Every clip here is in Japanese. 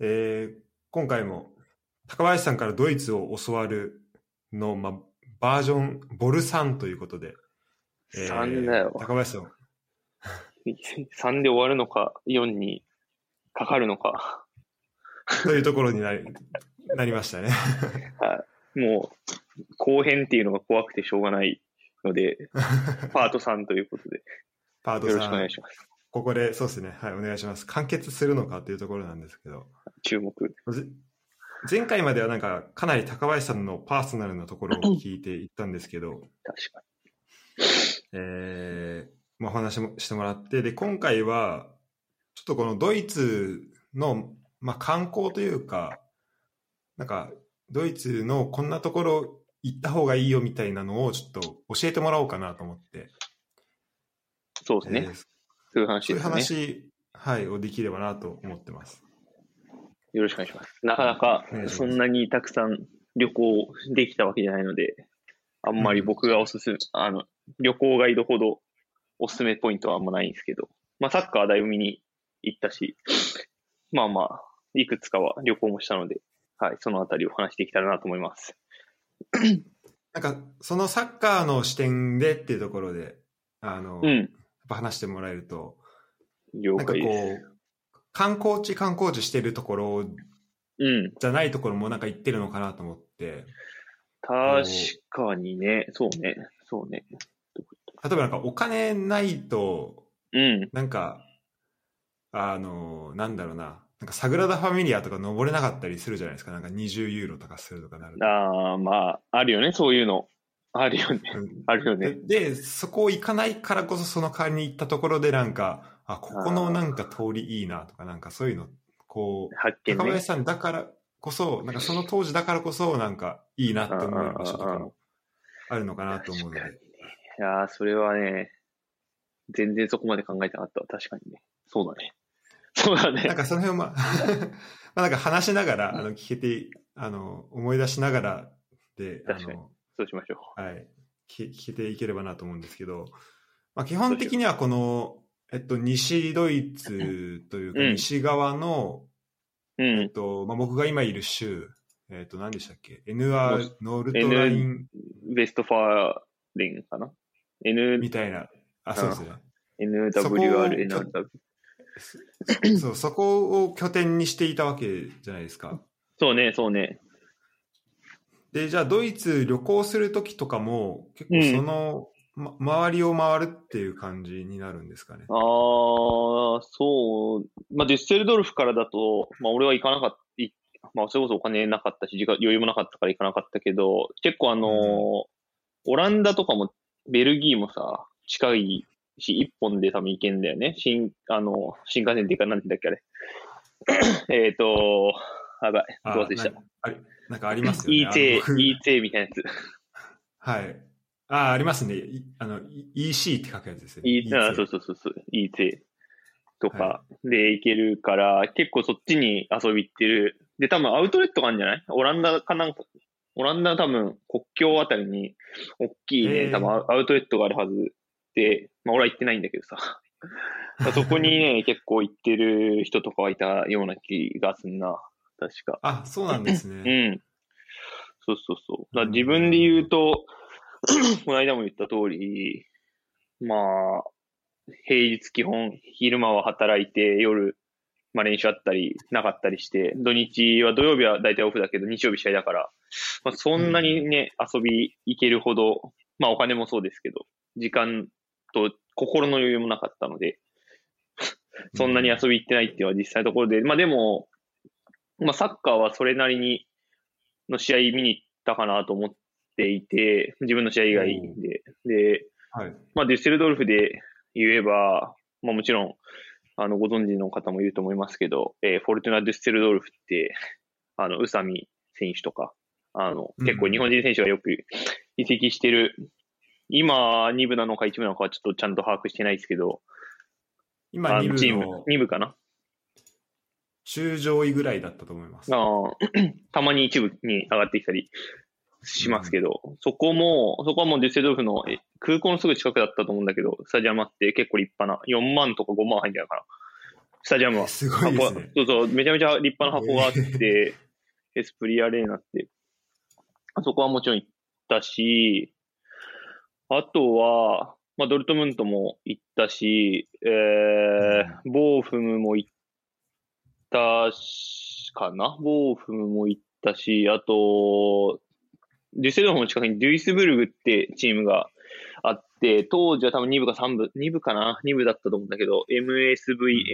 えー今回も高林さんからドイツを教わるの、まあ、バージョンボル3ということで、えー3だ よ。高林さん3で終わるのか、4にかかるのか。というところになり なりました ね。もう、後編っていうのが怖くてしょうがないので、 パート3ということで、パートよろしさくお願んい、します。ここでそうですね、はい、お願いします。完結するのかというところなんですけど、注目。ぜ前回まではなんか、かなり高林さんのパーソナルなところを聞いていったんですけど、確かえーまあ、お話もしてもらってで今回はちょっとこのドイツの、まあ、観光というかなんかドイツのこんなところ行った方がいいよみたいなのをちょっと教えてもらおうかなと思って、に。そうですね。えーそういう話そういでうすね。話、はい、をできればなと思ってます。よろしくお願いします。なかなかお願いしま、すそんなにたくさん旅行できたわけじゃないので、あんまり僕がおすすめ、あの、旅行ガイドほどおすすめポイントはあんまないんですけど、まあ、サッカーはだいぶ見に行ったし、まあまあ、いくつかは旅行もしたので、はい、そのあたりをお話しできたらなと思います。なんかそのサッカーの視点でっていうところであの、うやっん、ぱ話してもらえると了なんか解こです。う観光地観光地してるところうん、じゃないところもなんか言ってるのかなと思って、確かにね、そうね、そうね。例えばなんかお金ないと、うん、なんか、あの、なんだろうな、なんかサグラダ・ファミリアとか登れなかったりするじゃないですか、なんか20ユーロとかするとかなると。ああ、まあ、あるよね、そういうの。あるよね、うんあるよね。で、そこ行かないからこそその代わりに行ったところでなんか、あ、ここのなんか通りいいなとか、なんかそういうの、こう、発見高ね林。さんだからこそ、なんかその当時だからこそ、なんかいいなって思う場所とかもあるのかなと思うので確。かにね。いやーそれはね、全然そこまで考えてなかったわ。確かにね。そうだね。 そうなだんね。かその辺はま あ、まあなんか話しながら、あの、聞けて、あの、思い出しながらで、あ確かにの、そうしましょはい、聞聞けていければなと思うんですけど、まあ基本的にはこの、えっと、西ドイツというか、うん西側の、う。うえっん。と、まあ僕が今いる州、えっと、何でしたっけ ?NR、ノルトラインベストファーレンかな ?N、みたいな、あ、んそうですね。そこを NWR、NRW。そう、そこを拠点にしていたわけじゃないですか。そうね、そうね。で、じゃあドイツ旅行するときとかも、結構その、ま、周りを回るっていう感じになるんですかね。あー、そう。まあ、デュッセルドルフからだと、まあ、俺は行かなかった。いまあ、それこそお金なかったし、時間余裕もなかったから行かなかったけど、結構あのーオランダとかも、ベルギーもさ、近いし、一本で多分行けんだよね。新、あのー新幹線っていうか、なんて言うんだっけ、あれ。え っと、やばい、あどうでした。なんかありなんかありますよね。 EJ あの、 EJ みたいなやつ。はい。あ、ありますね。いあの、い EC って書くやつですね。いい、あそうそうそうそう、いいぜとかで行けるから、結構そっちに遊び行ってる。で、多分アウトレットがあるんじゃないオランダかなんか、オランダの多分国境あたりに大きいへね、ー多分アウアウトレットがあるはずで、まあ俺は行ってないんだけどさ。 そこにね、結構行ってる人とかはいたような気がすんな。確か。 あ、そうなんですね。うん。そうそうそう。だから自分で言うと、 この間も言った通り、まあ、平日基本、昼間は働いて、夜、まあ練習あったり、なかったりして、土日は土曜日は大体オフだけど、日曜日試合だから、まあそんなにね、遊び行けるほど、まあお金もそうですけど、時間と心の余裕もなかったので、そんなに遊び行ってないっていうのは実際のところで、まあでも、まあサッカーはそれなりにの試合見に行ったかなと思っていて、自分の試合以外で。で、はい。まあデュッセルドルフで言えば、まあもちろん、あの、ご存知の方もいると思いますけど、えーフォルトゥナ・デュッセルドルフって、あの、宇佐美選手とか、あの、うん結構日本人選手がよく移籍してる、今、2部なのか1部なのかはちょっとちゃんと把握してないですけど、今、あのチ2ー部ムの、 2部かな中上位ぐらいだったと思います。あーたまに一部に上がってきたりしますけど、そこも、そこはもうデュッセルドルフのえ空港のすぐ近くだったと思うんだけど、スタジアムあって結構立派な、4万とか5万入んじゃないかスタジアムは。すごいですね。箱そうそう、めちゃめちゃ立派な箱があ って、エスプリアレーナって、あそこはもちろん行ったし、あとは、まあ、ドルトムントも行ったし、えー、ボーフムも行ったし、かなボーフムも行ったし、あと、デュッセルドルフの近くにデュイスブルグってチームがあって、当時は多分2部か3部、2部かな ?2 部だったと思うんだけど、MSV、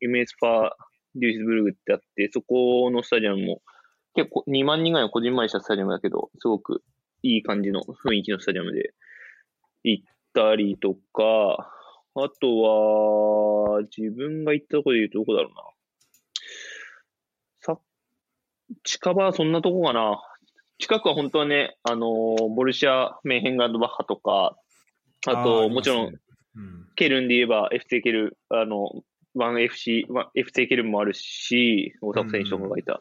M MS ファーデュイスブルグってあって、そこのスタジアムも結構2万人ぐらいのこじんまりしたスタジアムだけど、すごくいい感じの雰囲気のスタジアムで行ったりとか、あとは、自分が行ったところで言うとどこだろうな。さ、近場はそんなとこかな。近くは本当はね、あのーボルシア・メンヘンガードバッハとか、あーと、もちろん、、りますねうんケルンで言えば FC ケル、あの、1FC、FC ケルンもあるし、大迫選手とかがいた。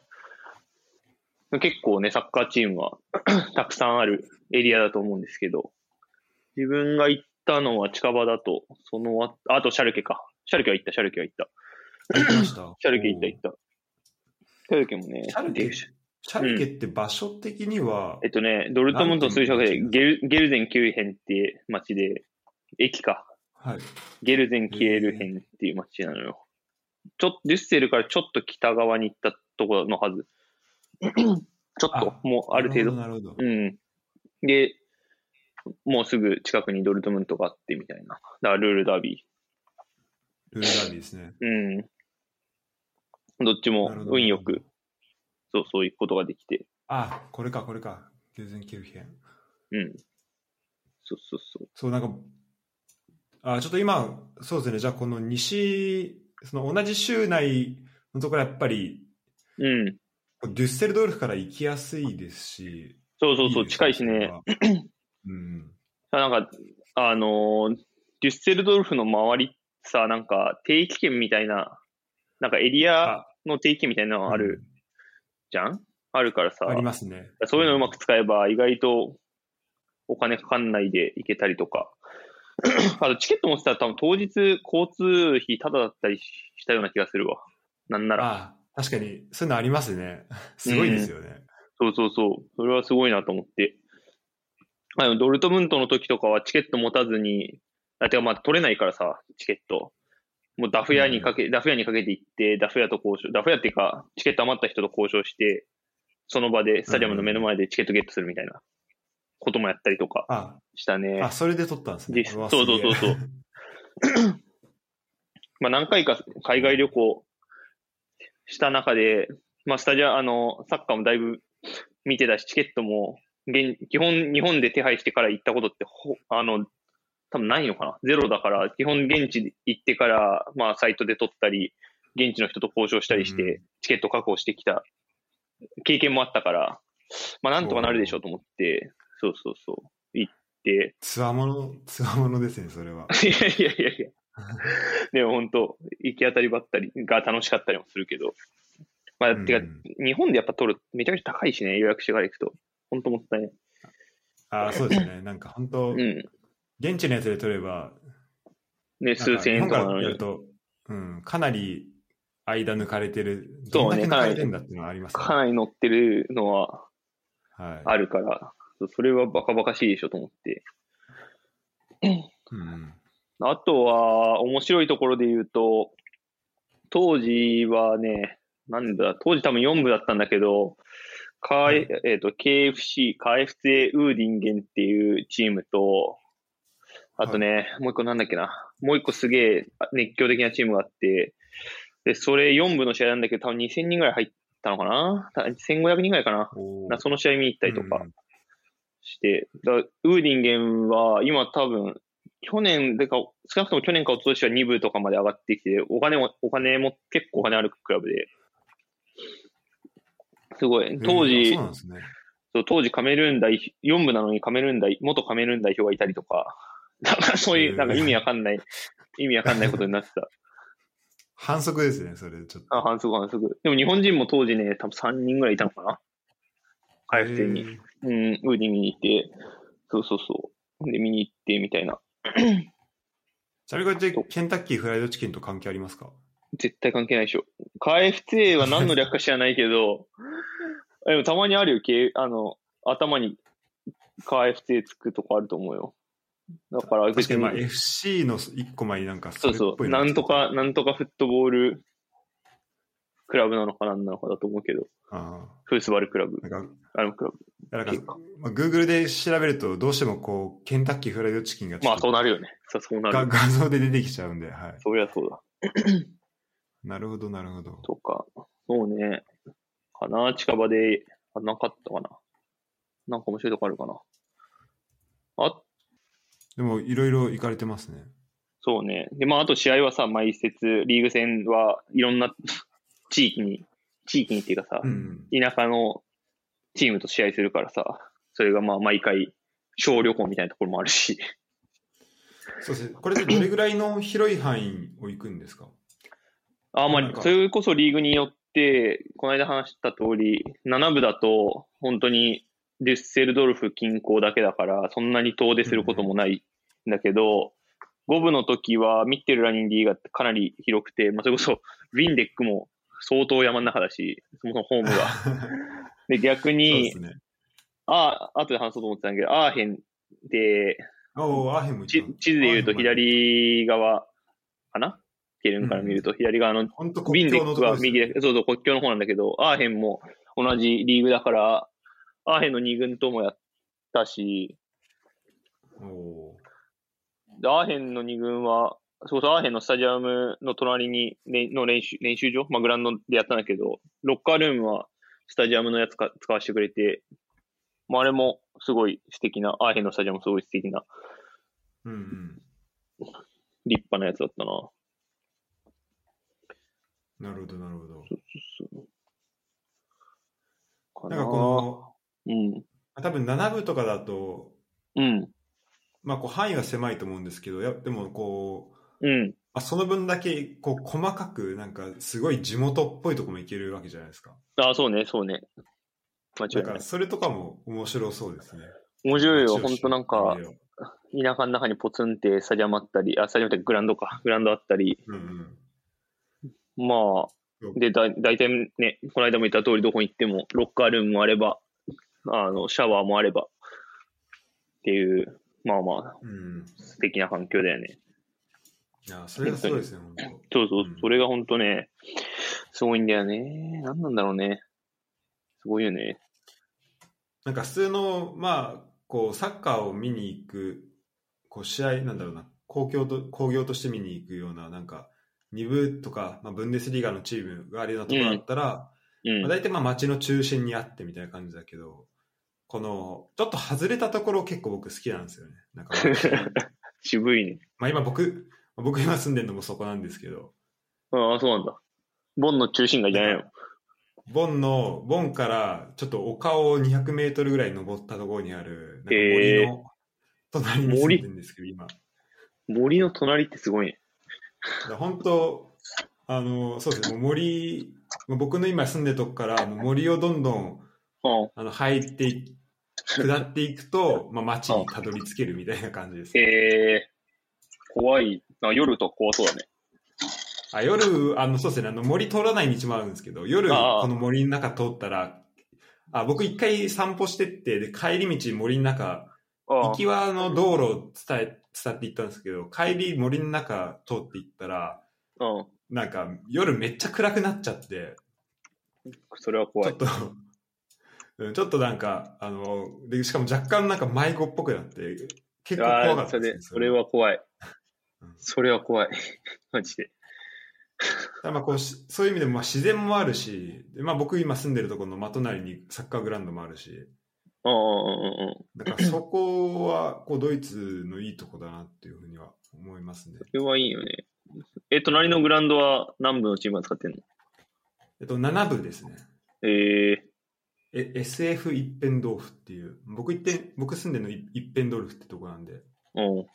結構ね、サッカーチームは たくさんあるエリアだと思うんですけど、自分が行ったのは近場だと、そのあ、あとシャルケか。シャルケは行った、シャルケは行った。行きました。シャルケ行った、行った。シャルケもね、シャルケでシャルケって場所的には、えっとね、ドルトムントの数字でゲル、ゲルゼンキューヘンっていう街で、駅か。はい。ゲルゼン・キエルヘンっていう街なのよ。ちょっと、デュッセルからちょっと北側に行ったところの はず。ちょっとあ、もうある程度。なるほど。なるほどうん。で、もうすぐ近くにドルトムントがあってみたいな。だからルールダービー。ルールダービーですね。うん。どっちもなるほど運よく、そう、そういうことができて。あ、これか、これか。偶然キルヒェン。うん。そうそうそう。そう、なんか、あ、ちょっと今、そうですね、じゃあこの西、その同じ州内のところはやっぱり、うん。デュッセルドルフから行きやすいですし、そうそうそう、です近いしね。。それはうん。なんか、あのーデュッセルドルフの周りさ、なんか定期券みたいな、なんかエリアあの定期券みたいなのあるじゃん、あるからさうん。、ありますね。そういうのうまく使えば意外とお金かかんないで行けたりとか、 あとチケット持ってたら多分当日交通費タダだったりしたような気がするわ。なんなら。あ確かに、そういうのありますね。すごいですよね。そうそうそう。それはすごいなと思って。あの、ドルトムントの時とかはチケット持たずに、あてかまあ取れないからさ、チケット。もうダフ屋にかけ、ダフ屋にかけて行って、ダフ屋と交渉、ダフ屋っていうか、チケット余った人と交渉して、その場で、スタジアムの目の前でチケットゲットするみたいなこともやったりとかあ、したね。あ、それで撮ったんですね。でうそうわそうそうすそげえう。 まあ何回か海外旅行した中で、まあスタジアあの、サッカーもだいぶ見てたし、チケットも現基本日本で手配してから行ったことってほ、あの、多分ないのかなゼロだから、基本現地行ってから、まあサイトで取ったり、現地の人と交渉したりして、うチケット確保してきた経験もあったから、まあなんとかなるでしょうと思って、そうそうそう、行って、つわもの、つわものですね、それは。 いやいやいやいや。でも本当、行き当たりばったりが楽しかったりもするけど。まあ、てか、うん日本でやっぱ取る、めちゃくちゃ高いしね、予約してから行くと。本当もったいない。あ、そうですね。なんか本当、うん。現地のやつで撮れば、ね、なん数か千日円本とかからなのやるに。と、うん、かなり間抜かれてる。そどうんだねけ抜かれてんだっていうのはありますね。かなり乗ってるのははい。あるから、それはバカバカしいでしょと思って。うん。あとは、面白いところで言うと、当時はね、なんだ、当時多分4部だったんだけど、カーえっ、と、KFC、カー FCA ウーディンゲンっていうチームと、あとね、もう一個なんだっけな、もう一個すげえ熱狂的なチームがあって、で、それ4部の試合なんだけど、多分2000人ぐらい入ったのかなた ?1500 人ぐらいかなおーなその試合見に行ったりとか、うんして、だウーディンゲンは今多分、去年でか、少なくとも去年か一昨年は2部とかまで上がってきて、お金も、お金も結構お金あるクラブで、すごい。当えー時、そうなんですね。そう当時カメルーン代表、4部なのにカメルーン代、元カメルーン代表がいたりとか、 なんかそういう、なんか意味わかんない、意味わかんないことになって た。反則ですね、それ、ちょっと。あ、反則反則。でも日本人も当時ね、多分3人ぐらいいたのかな回復にえ。ーうん、ウーディ見に行って、そうそうそう。で、見に行ってみたいな。ちなみにこれってケンタッキーフライドチキンと関係ありますか絶対関係ないでしょ。KFTA は何の略か知らない けど、でもたまにあるよ、けあの、頭に KFTA つくとこあると思うよ。だから確別かに、にまあ FC の一個前になんかそうれっそぽう、いのなんとか、なんとかフットボールクラブなのかなんなのかだと思うけど、あフースバルクラブあ、なんかあのクラなブ。んか、まあ、Google で調べるとどうしてもこうケンタッキーフライドチキンがちょまっあそとうなるよね。そうそうながる。画像で出てきちゃうんで、はい、そりゃそうだ。なるほどなるほどとか、そうね。かな近場で、あ、なかったかな。なんか面白いとこあるかな。あ、でもいろいろ行かれてますねそうね。で、まあ、あと試合はさ、毎節、リーグ戦はいろんな 地域に、地域にっていうかさ、うん田舎のチームと試合するからさ、それがまあ、毎回、小旅行みたいなところもあるし、そうですねこれでどれぐらいの広い範囲を行くんですかあ、まなんあ、かそれこそリーグによって、この間話した通り、7部だと、本当にデュッセルドルフ近郊だけだから、そんなに遠出することもないんだけど、5部の時は、ミッテルラニンディがかなり広くて、まあ、それこそ、ウィンデックも相当山の中だし、そもそもホー ムが。で、逆そうにで、すねああ、後で話そうと思ってたんだけど、アーヘンで、おおアーヘンもち行った地図で言うとアーヘンも行った左側かなケルンから見ると左側のほんとウィ国ンデ境ッのとクころはです右で、そうそう、国境の方なんだけど、アーヘンも同じリーグだから、アーヘンの2軍ともやったし、おおでアーヘンの2軍は、そうそう、アーヘンのスタジアムの隣に、ね、の練習、練習場、まあ、グラウンドでやったんだけど、ロッカールームはスタジアムのやつか使わせてくれて、まあ、あれもすごい素敵な、アーヘンのスタジアムもすごい素敵な、ーうんうん立派なやつだったな。なるほどなるほどかなんかこうん。の多分7部とかだとうん。まあこう範囲は狭いと思うんですけどやでもこううん。まあ、その分だけこう細かくなんかすごい地元っぽいとこも行けるわけじゃないですか。ああ、そうね、そうね。間だ違いかないら。それとかも面白そうですね。面白いよ、街をほんとなんか、田舎の中にポツンってスタジアムあったり、あ、スタジアムってグラウンドか、グラウンドあったり、うんうん。まあそう、で、だ大体ね、この間も言った通り、どこに行っても、ロッカールームもあれば、あの、シャワーもあれば、っていう、まあまあ、うん、素敵な環境だよね。いやそれがすごいですね、本当。そうそううん、それがほんとね、すごいんだよね。なんなんだろうね。すごいよね。なんか普通の、まあ、こうサッカーを見に行くこう試合なんだろうな公共と工業として見に行くようななんか2部とか、まあ、ブンデスリーガのチームがあるようなところだったら、うまあ、ん。大体まあ街の中心にあってみたいな感じだけど、この、ちょっと外れたところ結構僕好きなんですよね。なん か渋いね。まあ今僕、僕今住んでるのもそこなんですけど、ああ、そうなんだ。ボンの中心街じゃないの。ボンの、ボンからちょっと丘を200メートルぐらい登ったところにある、なんか森へーの隣に住んでるんですけど、今。だか森の隣ってすごいね。ら本当、あの、そうですね、もう森、まあ僕の今住んでるとこからもう森をどんどんうん。あの入ってい、下っていくと、まあ街にたどり着けるみたいな感じです。えー、怖い。あ夜とか怖そうだね。あ夜、あの、そうですね、あの森通らない道もあるんですけど、夜、ああこの森の中通ったら、あ僕一回散歩してって、で、帰り道森の中、あ行きはあの道路を伝え、伝って行ったんですけど、帰り森の中通って行ったら、うん。なんか夜めっちゃ暗くなっちゃって、それはち怖ょいっ。と、うんちょっとなんか、あの、で、しかも若干なんか迷子っぽくなって、結構怖かあっあ、そたです、れ、ね。それは怖いうん。それは怖い。 マジで。だからまあこうしそういう意味でもまあ自然もあるし、でまあ、僕今住んでるところの真隣にサッカーグラウンドもあるし、うんうんうんうん。だからそこはこうドイツのいいとこだなっていうふうには思いますね。それはいいよね。え、隣のグラウンドは南部のチームが使ってんのえっと、7部ですね。えええ SF 一辺豆腐っていう、僕一点僕住んでるのい一辺豆腐ってとこなんで、うん。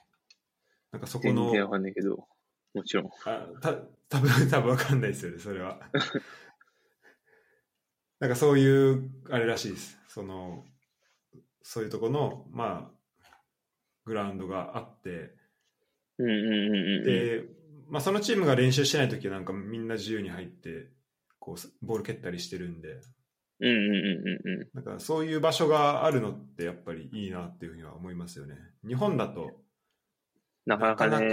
なんかそこ全の、然わかんないけど。もちろん。あた 多分多分わかんないですよね、それ は。なんかそういう、あれらしいです。その、そういうとこの、まあ、グラウンドがあって、うんうんうんうん。で、まあ、そのチームが練習してない時はなんかみんな自由に入ってこうボール蹴ったりしてるんでうんうんうんうんうん。なんかそういう場所があるのってやっぱりいいなっていうふうには思いますよね日本だとなかなかね。なか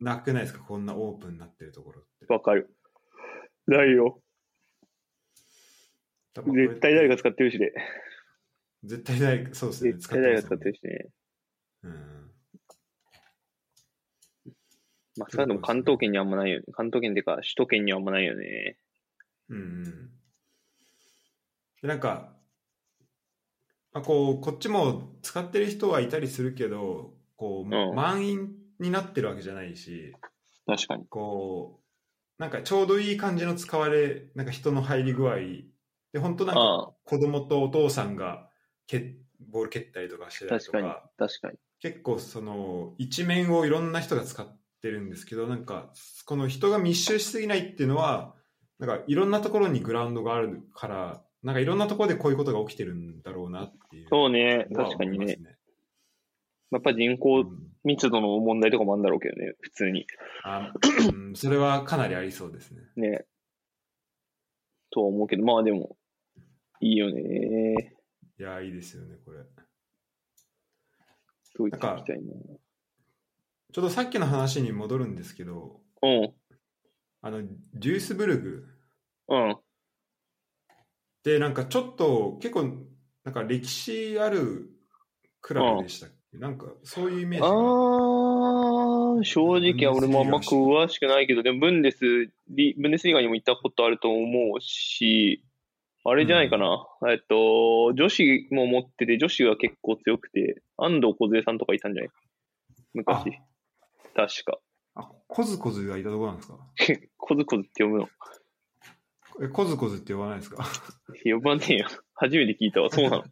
ななくないですかこんなオープンになってるところってわかる。ないよ。多分これ絶対誰か使ってるしで。絶対誰かそうですね絶対誰か使ってまするしね。もんねうんまあ、少なくとも関東圏にはあんまないよね。関東圏っていうか、首都圏にはあんまないよね。うんうんでなんか、まあ、こうこっちも使ってる人はいたりするけどこう、うん満員になってるわけじゃないし確かに。こうなんかちょうどいい感じの使われなんか人の入り具合で本当なんかああ、子供とお父さんがけボール蹴ったりとかしてたりと確かかに。確かに。結構その一面をいろんな人が使ってるんですけどなんかこの人が密集しすぎないっていうのはなんかいろんなところにグラウンドがあるからなんかいろんなところでこういうことが起きてるんだろうなっていうそうね。のは確か思いにますね。やっぱ人口うん密度の問題とかもあるんだろうけどね。普通に。あうんそれはかなりありそうですねね。とは思うけど、まあでも、いいよね。いやいいですよねこれと言っていきたいな。ちょっとさっきの話に戻るんですけどうん。あのデュースブルグうん。でなんかちょっと結構なんか歴史あるクラブでしたっけ、なんかそういうイメージあがー、正直は俺もあんま詳しくないけど、でもブンデスリ、ブンデスリーガにも行ったことあると思うし、あれじゃないかな、えっと、女子も持ってて、女子が結構強くて、安藤梢さんとかいたんじゃない昔。確か。 あコズコズがいたとこなんですかコズコズって呼ぶの。えコズコズって呼ばないですか 呼ばねえよ。初めて聞いたわ。そうなの。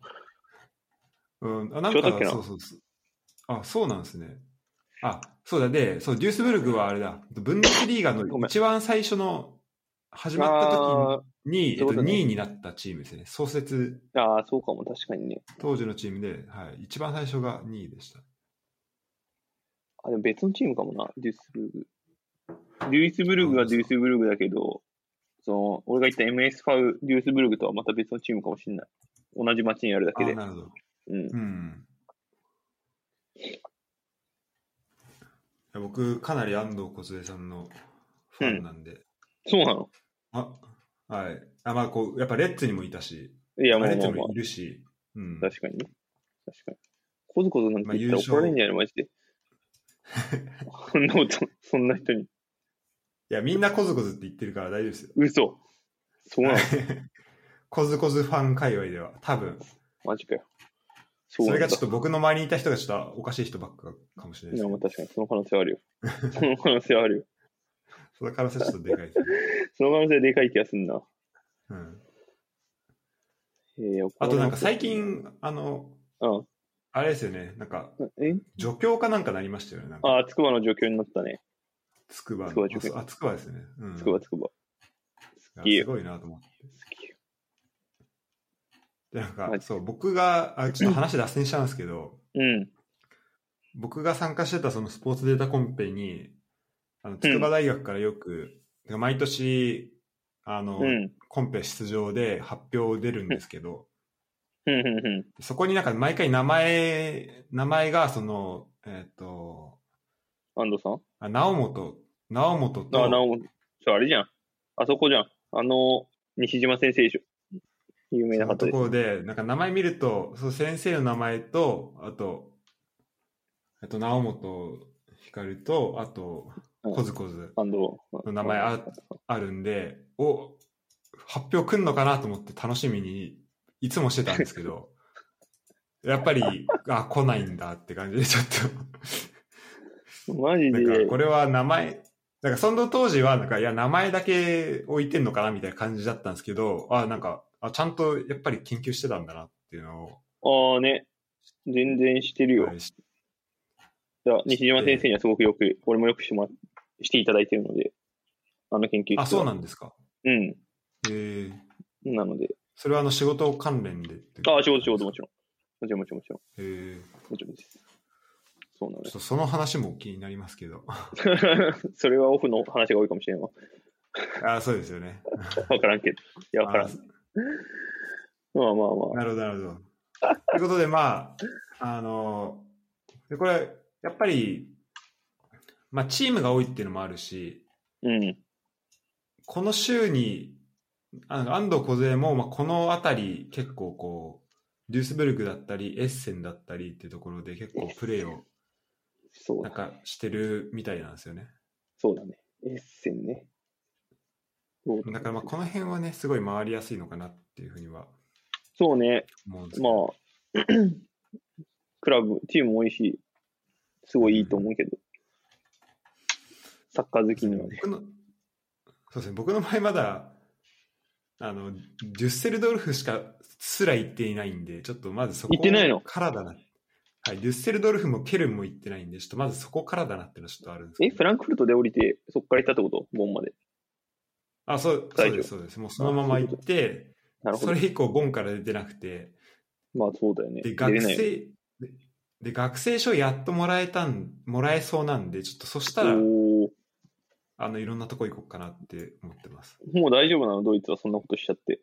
うん、あなん違かったっけなそうそうそうあそうなんですねあそうだでそうデュースブルグはあれだブンデスリーガごのめん一番最初の 始まった時あに、えっそうと、いうことね2位になったチームですね創設ーあー、そうかも。確かにね。当時のチームで、はい、一番最初が2位でしたあ、でも別のチームかもな、デュースブルグ。デュースブルグはデュースブルグだけど、その、俺が言った MS ファウ、デュースブルグとはまた別のチームかもしれない。同じ町にあるだあけで。なるほどうん。うんいや僕かなり安藤梢さんのファンなんで、そうなのあはいあまあこうやっぱレッツにもいたし、いや、ままあレあッまツあにまもいるし、うんあ。、確かにね。確かに。コズコズなんて言っまたあ優ら勝怒られんじゃないのマジ で。そんなこと、そんな人に。いやみんなコズコズって言ってるから大丈夫ですよ嘘。そ うなのコズコズファン界隈では多分マジかよ。そそうなれんだがちょっと僕の周りにいた人がちょっとおかしい人ばっかかもしれないでいすや、けまあど確かに、その可能性はあるよ。その可能性はあるよ。その可能性はちょっとでかいですね、その可能性はでかい気がすんな。 うん、えー、あとなんか最近あのうん。あれですよねなんかえ助教かなんかなりましたよねなんかああ、つくばの状況になったね。つくばつくば助教あつくばですね、うん、つくばつくば。いやいいよすごいなと思って。で、なんかマ、ジそう、僕が、あちょっと話脱線しちゃうんですけど、 うん。僕が参加してたそのスポーツデータコンペに、あの、筑波大学からよく、毎年、あの、うん。コンペ出場で発表出るんですけど、うん。うん。うんそこになんか毎回名前、名前が、その、えっ、と、安藤さんあ直本、直本と、あ、なお、そう、あれじゃん。あそこじゃん。あの、西島先生でしょ。有名そなの方とで。ころで、なんか名前見ると、そう先生の名前と、あと、あと、直本光と、あと、うんコズコズ安藤。の名前ああるんで、お、発表来んのかなと思って楽しみに、いつもしてたんですけ ど、やっぱり、あ、来ないんだって感じで、ちょっマジと、なでん。か、これは名前、なんか、その当時は、なんか、いや、名前だけ置いてんのかなみたいな感じだったんですけど、あ、なんか、あちゃんと、やっぱり研究してたんだなっていうのを、ああね。全然してるよ。はいいや西島先生にはすごくよく、俺もよくしてもらしていただいてるので、あの研究室はあ、そうなんですか。うん。えー、なので。それはあの仕事関連でってああ、仕事仕事もちろん。もちろんもちろんもちろん。えー、もちろんです。そうなのちょっとその話も気になりますけど。よ。 それはオフの話が多いかもしれんわ。あそうですよね。わからんけど。いや、わからん。あまあまあまあ。なるほど、なるほど。ということで、まあ、あの、でこれ、やっぱり、まあ、チームが多いっていうのもあるし、うん。この週に、あの安藤梢も、まあ、この辺り、結構こう、デュースブルクだったり、エッセンだったりっていうところで結構プレーをそうなんだ。かしてるみたいなんですよね。そうだね。エッセンね。そうだだからまあこの辺はね、すごい回りやすいのかなっていうふうにはそうね。思うんですけまど。あ、 クラブ、チームも多いし、すごいいいと思うけど、サッカー好きにはね。僕のそうですね、僕の場合まだ、あの、デュッセルドルフしかすら行っていないんで、ちょっとまずそこ行ってないのからだな。はい、デュッセルドルフもケルンも行ってないんで、ちょっとまずそこからだなっていうのはちょっとあるんですけえ、ど。フランクフルトで降りて、そこから行ったってことボンまで。あ、そう、そうです、そうです。もうそのまま行って、なるほそど。れ以降ボンから出てなくて、まあそうだよね。で、出学れないよね。生、でで学生証やっともらえたん、もらえそうなんで、ちょっとそしたら、おーあの、いろんなとこ行こうかなって思ってます。もう大丈夫なのドイツはそんなことしちゃって。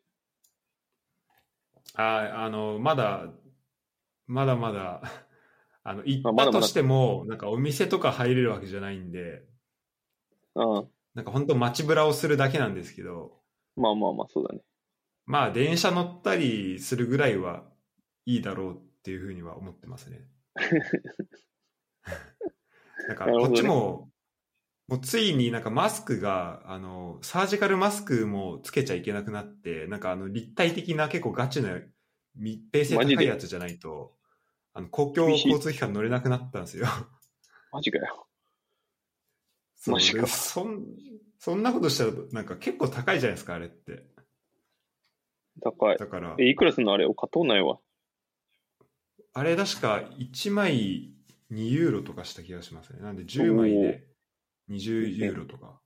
あ、あの、まだ、まだまだ、 あの、行あっまただまだとしても、なんかお店とか入れるわけじゃないんで、うん。なんか本当街ぶらをするだけなんですけど、まあまあまあ、そうだね。まあ電車乗ったりするぐらいはいいだろうっていうふうには思ってます ね。なんかなるほこどっねちも、もうついになんかマスクが、あの、サージカルマスクもつけちゃいけなくなって、なんかあの立体的な結構ガチな密閉性マジ高でいやつじゃないと、あの公共交通機関乗れなくなったんですよ。マジかよ。そうマジかでそんそんなことしたらなんか結構高いじゃないですか、あれって。高い。だから。え、いくらすんのあれを買っとうないわ。あれ確か1枚2ユーロとかした気がしますね。なんで10枚で20ユーロとか。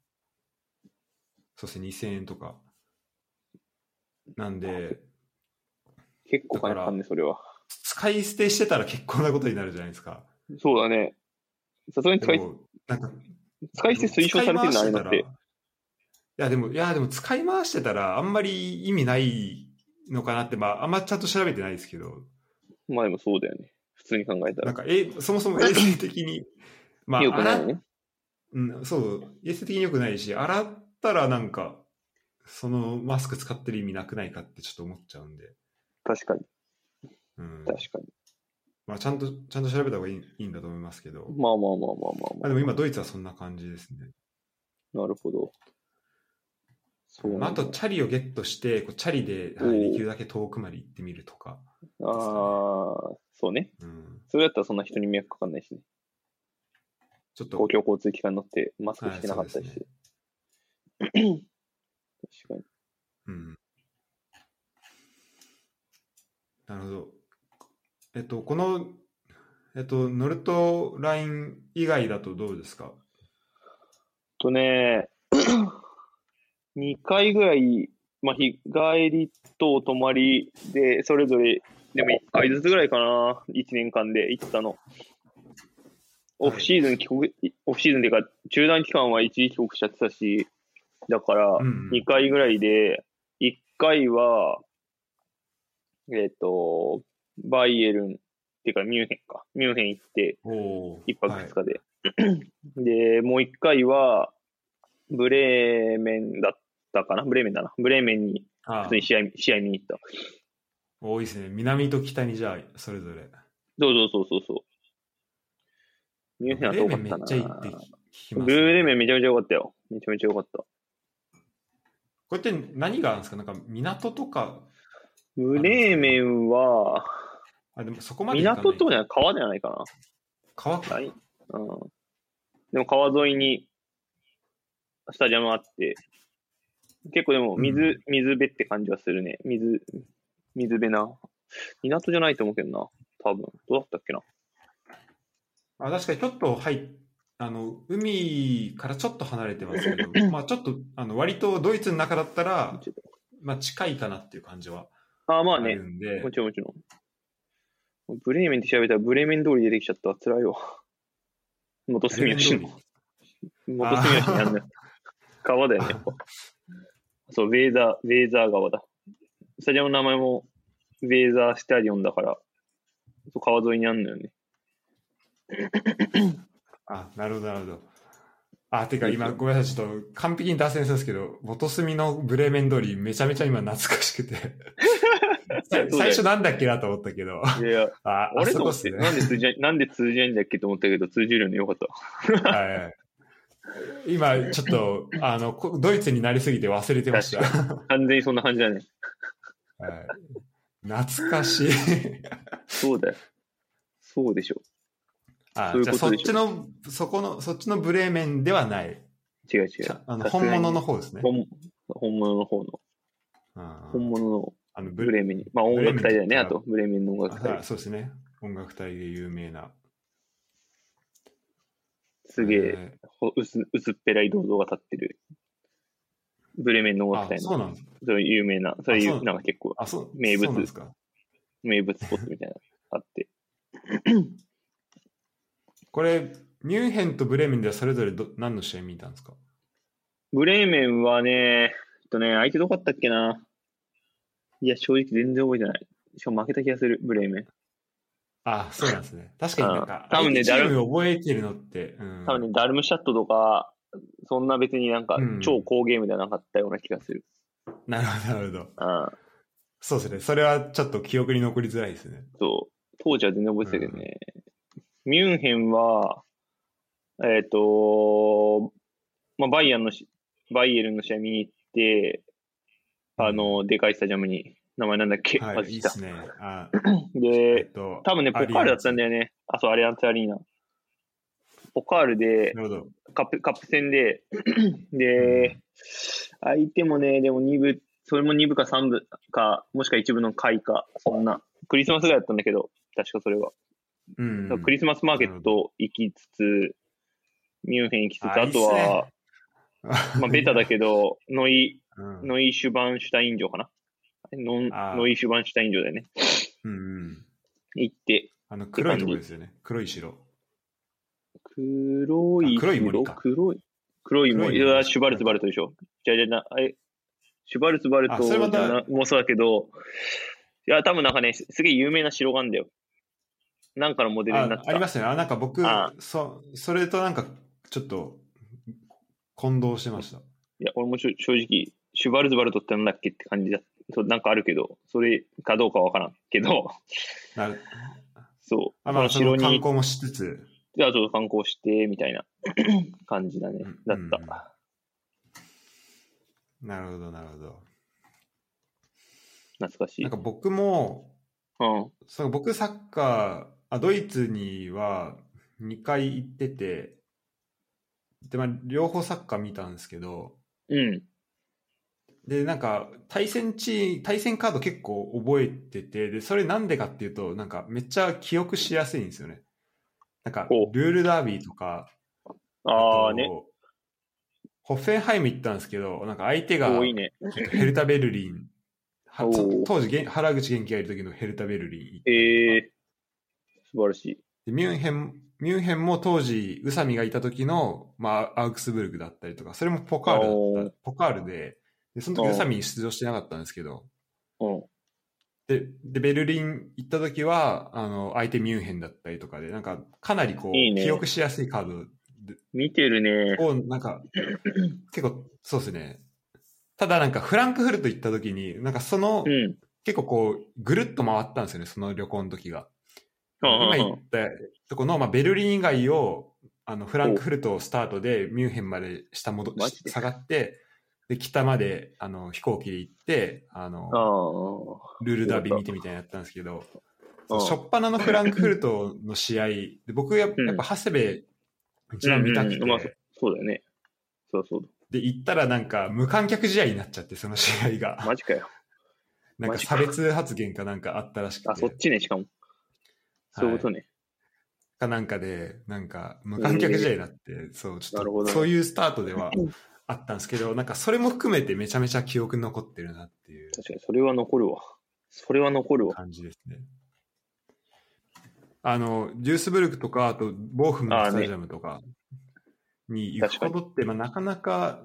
そうですね、2000円とか。なんで、結構金かかんね、それは。使い捨てしてたら結構なことになるじゃないですか。そうだね。さすがに使でい、も、なんか、使い捨て推奨されてるのあれだっ使い回してた。らいや、でも、いや、でも使い回してたらあんまり意味ないのかなって、まあ、あんまちゃんと調べてないですけど、まあでもそうだよね。普通に考えたならん。か、え、そもそも衛生的に、まあ、良くないよね。うん、そう、衛生的に良くないし、洗ったらなんか、そのマスク使ってる意味なくないかってちょっと思っちゃうんで、確かに、うん確かに。まあ、ちゃんとちゃんと調べた方がいいいいんだと思いますけど、まあまあまあまあまあ、ままあ、でも今、ドイツはそんな感じですね。あ、なるほど。そうまあ、なんあだと、チャリをゲットして、こうチャリで、おはーい、できるだけ遠くまで行ってみるとか、ああ、そうね。うん、それだったらそんな人に迷惑かかんないしね。ちょっと、公共交通機関乗ってマスクしてなかったりはいして。 確かに。うん。なるほど。えっと、この、えっと、ノルトライン以外だとどうですかとね、2回ぐらい、まあ、日帰りとお泊まりで、それぞれ、でも1回ずつぐらいかな、1年間で行ったの。オフシーズン帰国、オフシーズンっていうか、中断期間は一時帰国しちゃってたし、だからう、ん2回ぐらいで、1回は、えっ、と、バイエルン、っていうかミュンヘンか。ミュンヘン行って、おー一泊はい二日で。 で、もう一回は、ブレーメンだったかなブレーメンだな。ブレーメンにあ普通に試合試合見に行った。多いですね。南と北にじゃあ、それぞれ。そうそうそうそうそう。ミュンヘンはブレ遠ーメかっンめたっな。ちゃ行って聞きます、ブレーメン。ンめちゃめちゃ良かったよ。めちゃめちゃ良かった。これって何があるんですかなんか港とか、ブレーメンは、あ、でもそこまで行かない港とかじゃない川じゃないかな。川か。ないうん。でも川沿いにスタジアムあって、結構でも水、うん水辺って感じはするね。水、水辺な。港じゃないと思うけどな。多分。どうだったっけな。あ、確かにちょっと、はい、あの、海からちょっと離れてますけど、 まあちょっと、あの、割とドイツの中だったら、まあ近いかなっていう感じはああ、まああねる。んで、もちろんもちろん。ブレーメンって調べたらブレーメン通り出てきちゃった。辛いわ。 元住吉の。元あー住吉にあんね 川だよね、やっぱそう、ウェーザー、ウェーザー川だ。スタジアムの名前も、ウェーザースタジオンだから、そう川沿いにあんのよね。あ、なるほど、なるほど。あ、てか今、ごめんなさい、ちょっと完璧に脱線したんですけど、元住のブレーメン通り、めちゃめちゃ今懐かしくて。だよ最最初なんだっけなと思ったけど。あ、いやいや、ああれそこと思っっすて、ね。なんで通じない、なんで通じないんだっけと思ったけど、通じるよね、よかった。はいはい。今、ちょっと、あの、こドイツになりすぎて忘れてました。は完全にそんな感じだね。い、懐かしい。そうだよ。そうでしょ。あそういうじゃあこそとっでしょちの、そこの、そっちのブレーメンではない。違う違う。あのさすが本に物の方ですね。本本物の方の、本本物のあのブブレーメンに。まあ音楽隊だよブレーメね、ンあと、ブレーメンの音あ楽隊。そうですね。音楽隊で有名な。すげえ、えほ薄薄っぺらい銅像が立ってる。ブレーメンの音ー。楽隊あ、その、うなんですそれ有名な、それあそうな有んなんか結構あ、そう名物そうなんですか。名物スポットみたいなのあって。これ、ミュンヘンとブレーメンではそれぞれど何の試合見たんですかブレーメンはね、えっとね、相手どこだったっけな。いや、正直全然覚えてない。しかも負けた気がする、ブレーメン。あ、そうなんです ね。確かになんか、あ多分ね相手チーム覚えてるのって、うん、多分ね、ダルムシャットとか、そんな別になんかうん超好ゲームではなかったような気がする。なるほど、なるほど。ああそうですね。それはちょっと記憶に残りづらいですね。そう。当時は全然覚えてたけどね。ミュンヘンは、えっ、と、まあ、バイアンのし、バイエルンの試合見に行って、あの、でかいスタジアムに、名前なんだっけ、は忘い、いれいたですね。あ、えっで、と、多分ね、ポカールだったんで。だよね。あ、そう、アリアンツアリーナ。ポカールで、なるほど。カップ、カップ 戦で、うで、相手もね、でも2部、それも2部か3部か、もしくは1部の回か、そんな、クリスマスぐらいだったんだけど、確かそれは。うん。クリスマスマーケット行きつつ、ミュンヘン行きつつ、ああといいっは、 まあ、ベタだけど、ノイ、うん。ノイシュバンシュタイン城かなノンあーノイシュバンシュタイン城だよね。うんうん。行って、あの、黒いとこですよね。黒い白。黒いあ黒い森か黒い。黒い森。黒い森いやシュバルツバルトでしょ。じゃじゃな、え、シュバルツバルあそれトまじたゃなもそうだけど、いや、多分なんかね、すすげえ有名な城があんだよ。なんかのモデルになっあてありまた。したね。あ、なんか僕あ、そそれとなんか、ちょっと、混同してました。いや、俺も正正直、シュバルツバルトってなんだっけって感じだ。そうなんかあるけど、それかどうかわからんけど、 なそう。あまあ、そ城のに観光もしつつ、じゃあちょっと観光して、みたいな 感じだね。だっうんた。なるほど、なるほど。懐かしい。なんか僕も、うん。その僕サッカーあ、ドイツには2回行ってて、で、まあ、両方サッカー見たんですけど、うん。で、なんか、対戦チー、対戦カード結構覚えてて、で、それなんでかっていうと、なんか、めっちゃ記憶しやすいんですよね。なんかほ、ルールダービーとか、あとあね。ホッフェンハイム行ったんですけど、なんか相手が、多いね。え っとヘルタベルリン、はおーそ当時、げん原口元気がいる時のヘルタベルリン行ったええ素晴らしい。でミュンヘン、ミュンヘンも当時、宇佐美がいた時の、まあ、アウクスブルクだったりとか、それもポカールだおっーた、ポカールで、で、その時おー宇佐美に出場してなかったんですけど、うん。で、で、ベルリン行った時は、あの、相手ミュンヘンだったりとかで、なんか、かなりこう、いいね記憶しやすいカー見てるねド。を、なんか、結構、そうですね。ただなんか、フランクフルト行った時に、なんかその、うん。結構こう、ぐるっと回ったんですよね、その旅行の時が。うん今うん言ったとこの、まあ、ベルリン以外をあのフランクフルトをスタートでミュンヘンまで下戻マジで下がってで北まであの飛行機で行ってあのああ。ルールダービー見てみたいなのやったんですけどうん初っ端のフランクフルトの試合で僕ややっうんぱ長谷部一番見たくて、うんうんうんまあそうだよね。そうそうで行ったらなんか無観客試合になっちゃってその試合だ。がマジかよ。なんかマジか差別発言かなんかあったらしくてあ、そっちね、しかも。そういうことね。かなんかで、なんか無観客試合になって、そう、ちょなっると、ほどねそういうスタートではあったんですけど、なんかそれも含めてめちゃめちゃ記憶に残ってるなっていう確かに、それは残るわ。それは残るわ。感じですね。あの、デュースブルクとか、あと、ボーフムのスタジアムとかに行くことって、まあ、なかなか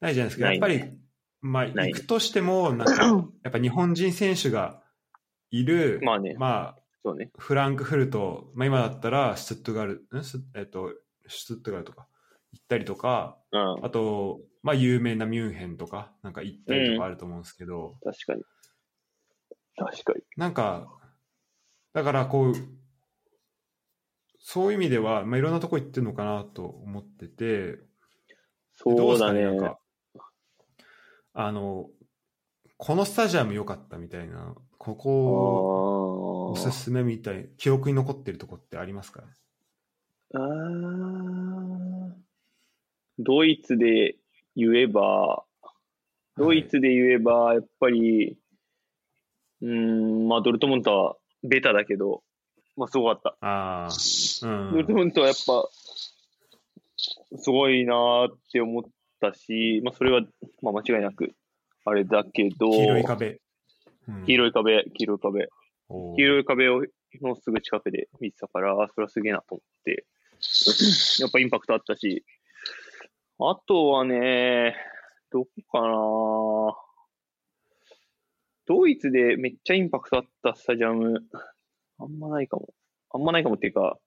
ないじゃないですか。なやっいぱねり、まあ、ない行くとしても、なんか、やっぱ日本人選手がいる、まあねまあ、そうね。フランクフルト、まあ、今だったら、シュツットガル、んスえっと、シュツットガルとか行ったりとか、うん。あと、まあ、有名なミュンヘンとか、なんか行ったりとかあると思うんですけど、確かに。確かに。なんか、だからこう、そういう意味では、まあ、いろんなとこ行ってるのかなと思ってて、どそうですだかね。なんか、あの、このスタジアム良かったみたいな、ここおすあすめみたい、記憶に残ってるとこってありますかあードイツで言えば、ドイツで言えば、やっぱり、うーん、まあ、ドルトムントはベタだけど、まあ、すごかった。ああ、うドルトん。ムントはやっぱ、すごいなーって思ったし、まあ、それは、まあ、間違いなく、あれだけど、黄色い壁。うん黄色い壁、黄色い壁。おー黄色い壁をのすぐ近くで見てたから、あそれはすげえなと思って、やっぱインパクトあったし、あとはね、どこかなドイツでめっちゃインパクトあったスタジアム、あんまないかも。あんまないかもっていうか、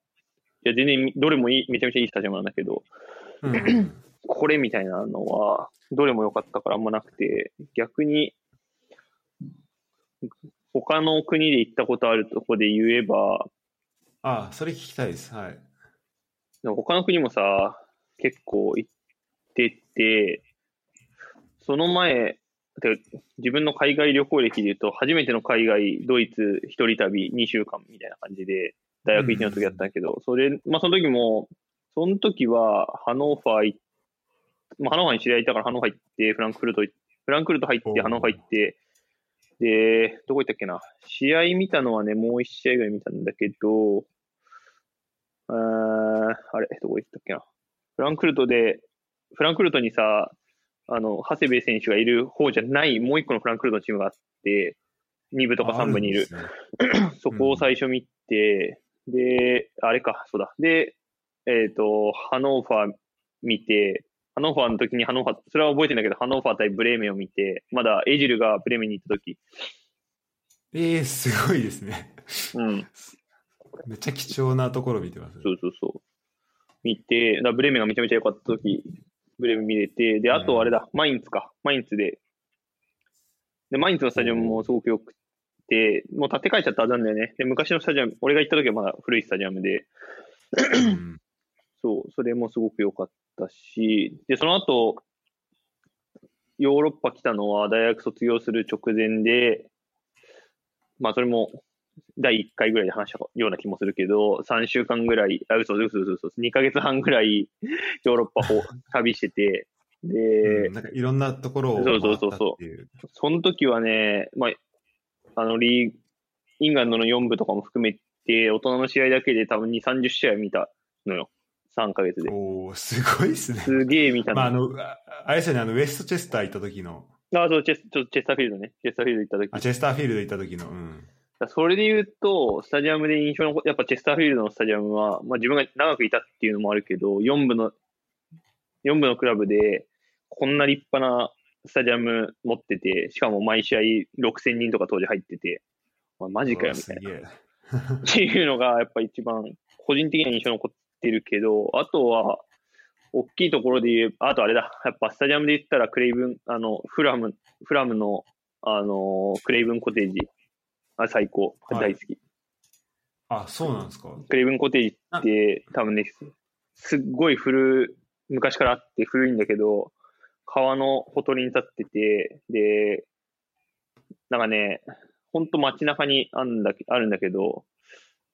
いや、全然みどれもいい、めちゃめちゃいいスタジアムなんだけど、うんこれみたいなのは、どれも良かったからあんまなくて、逆に、他の国で行ったことあるとこで言えば、ああ、それ聞きたいです。はい。でも他の国もさ、結構行ってて、その前、て自分の海外旅行歴で言うと、初めての海外、ドイツ一人旅2週間みたいな感じで、大学1年の時だったんだけど、それ、まあその時も、その時はハノーファー行っまあ、ハノーファーに知り合いいたからハノーファー行って、フランクフルト行っ、フランクフルト入っおて、ーハノーファー行って、で、どこ行ったっけな。試合見たのはね、もう一試合ぐらい見たんだけど、あーあれ、どこ行ったっけな。フランクフルトで、フランクフルトにさ、あの、長谷部選手がいる方じゃない、もう一個のフランクフルトのチームがあって、2部とか3部にいる。ああんですねそこを最初見て、で、あれか、そうだ。で、えっ、と、ハノーファー見て、ハノーファーの時にハノーファー、それは覚えてんだけど、ハノーファー対ブレーメンを見て、まだエジルがブレーメンに行った時、ええすごいですね。 うん、めっちゃ貴重なところ見てます。そうそうそう。見て、だからブレーメンがめちゃめちゃ良かった時、ブレーメン見れて、で、あとあれだ、マインツか、マインツで。で、マインツのスタジアムもすごく良くて、もう建て替えちゃったはずなんだよね。で、昔のスタジアム、俺が行った時はまだ古いスタジアムで、うんそう、それもすごく良かったし、で、その後、ヨーロッパ来たのは大学卒業する直前で、まあそれも第1回ぐらいで話したような気もするけど、3週間ぐらい、あ、嘘、嘘、嘘、嘘、2ヶ月半ぐらいヨーロッパ を旅してて、でうん、なんかいろんなところをそうそうそうそう回ったっていうその時はね、まあ、あのリーグ、イングランドの4部とかも含めて、大人の試合だけで多分2、30試合見たのよ。3ヶ月で。おおすごいですね。すげえ見たの。まあ、あの、ああれですよね、あの、ウェストチェスター行った時の、あ、そう、チェス、ちょチェスターフィールドね。チェスターフィールド行ったあ、時。チェスターフィールド行った時の、うん。それで言うと、スタジアムで印象の、やっぱチェスターフィールドのスタジアムは、まあ自分が長くいたっていうのもあるけど、4部の、四部のクラブで、こんな立派なスタジアム持ってて、しかも毎試合6000人とか当時入ってて、まあ、マジかよ、みたいな。うわっていうのがやっぱ一番個人的には印象に残ってるけど、あとは、大きいところで言えば、あとあれだ、やっぱスタジアムで言ったらクレイブン、あの、フラム、フラムの、あのークレイブンコテージ、あ最高、はい大好き。あ、そうなんですか。クレイブンコテージって多分ね、すっごい古い、昔からあって古いんだけど、川のほとりに立ってて、で、なんかね、ほんと街中にあるんだけあるんだけど、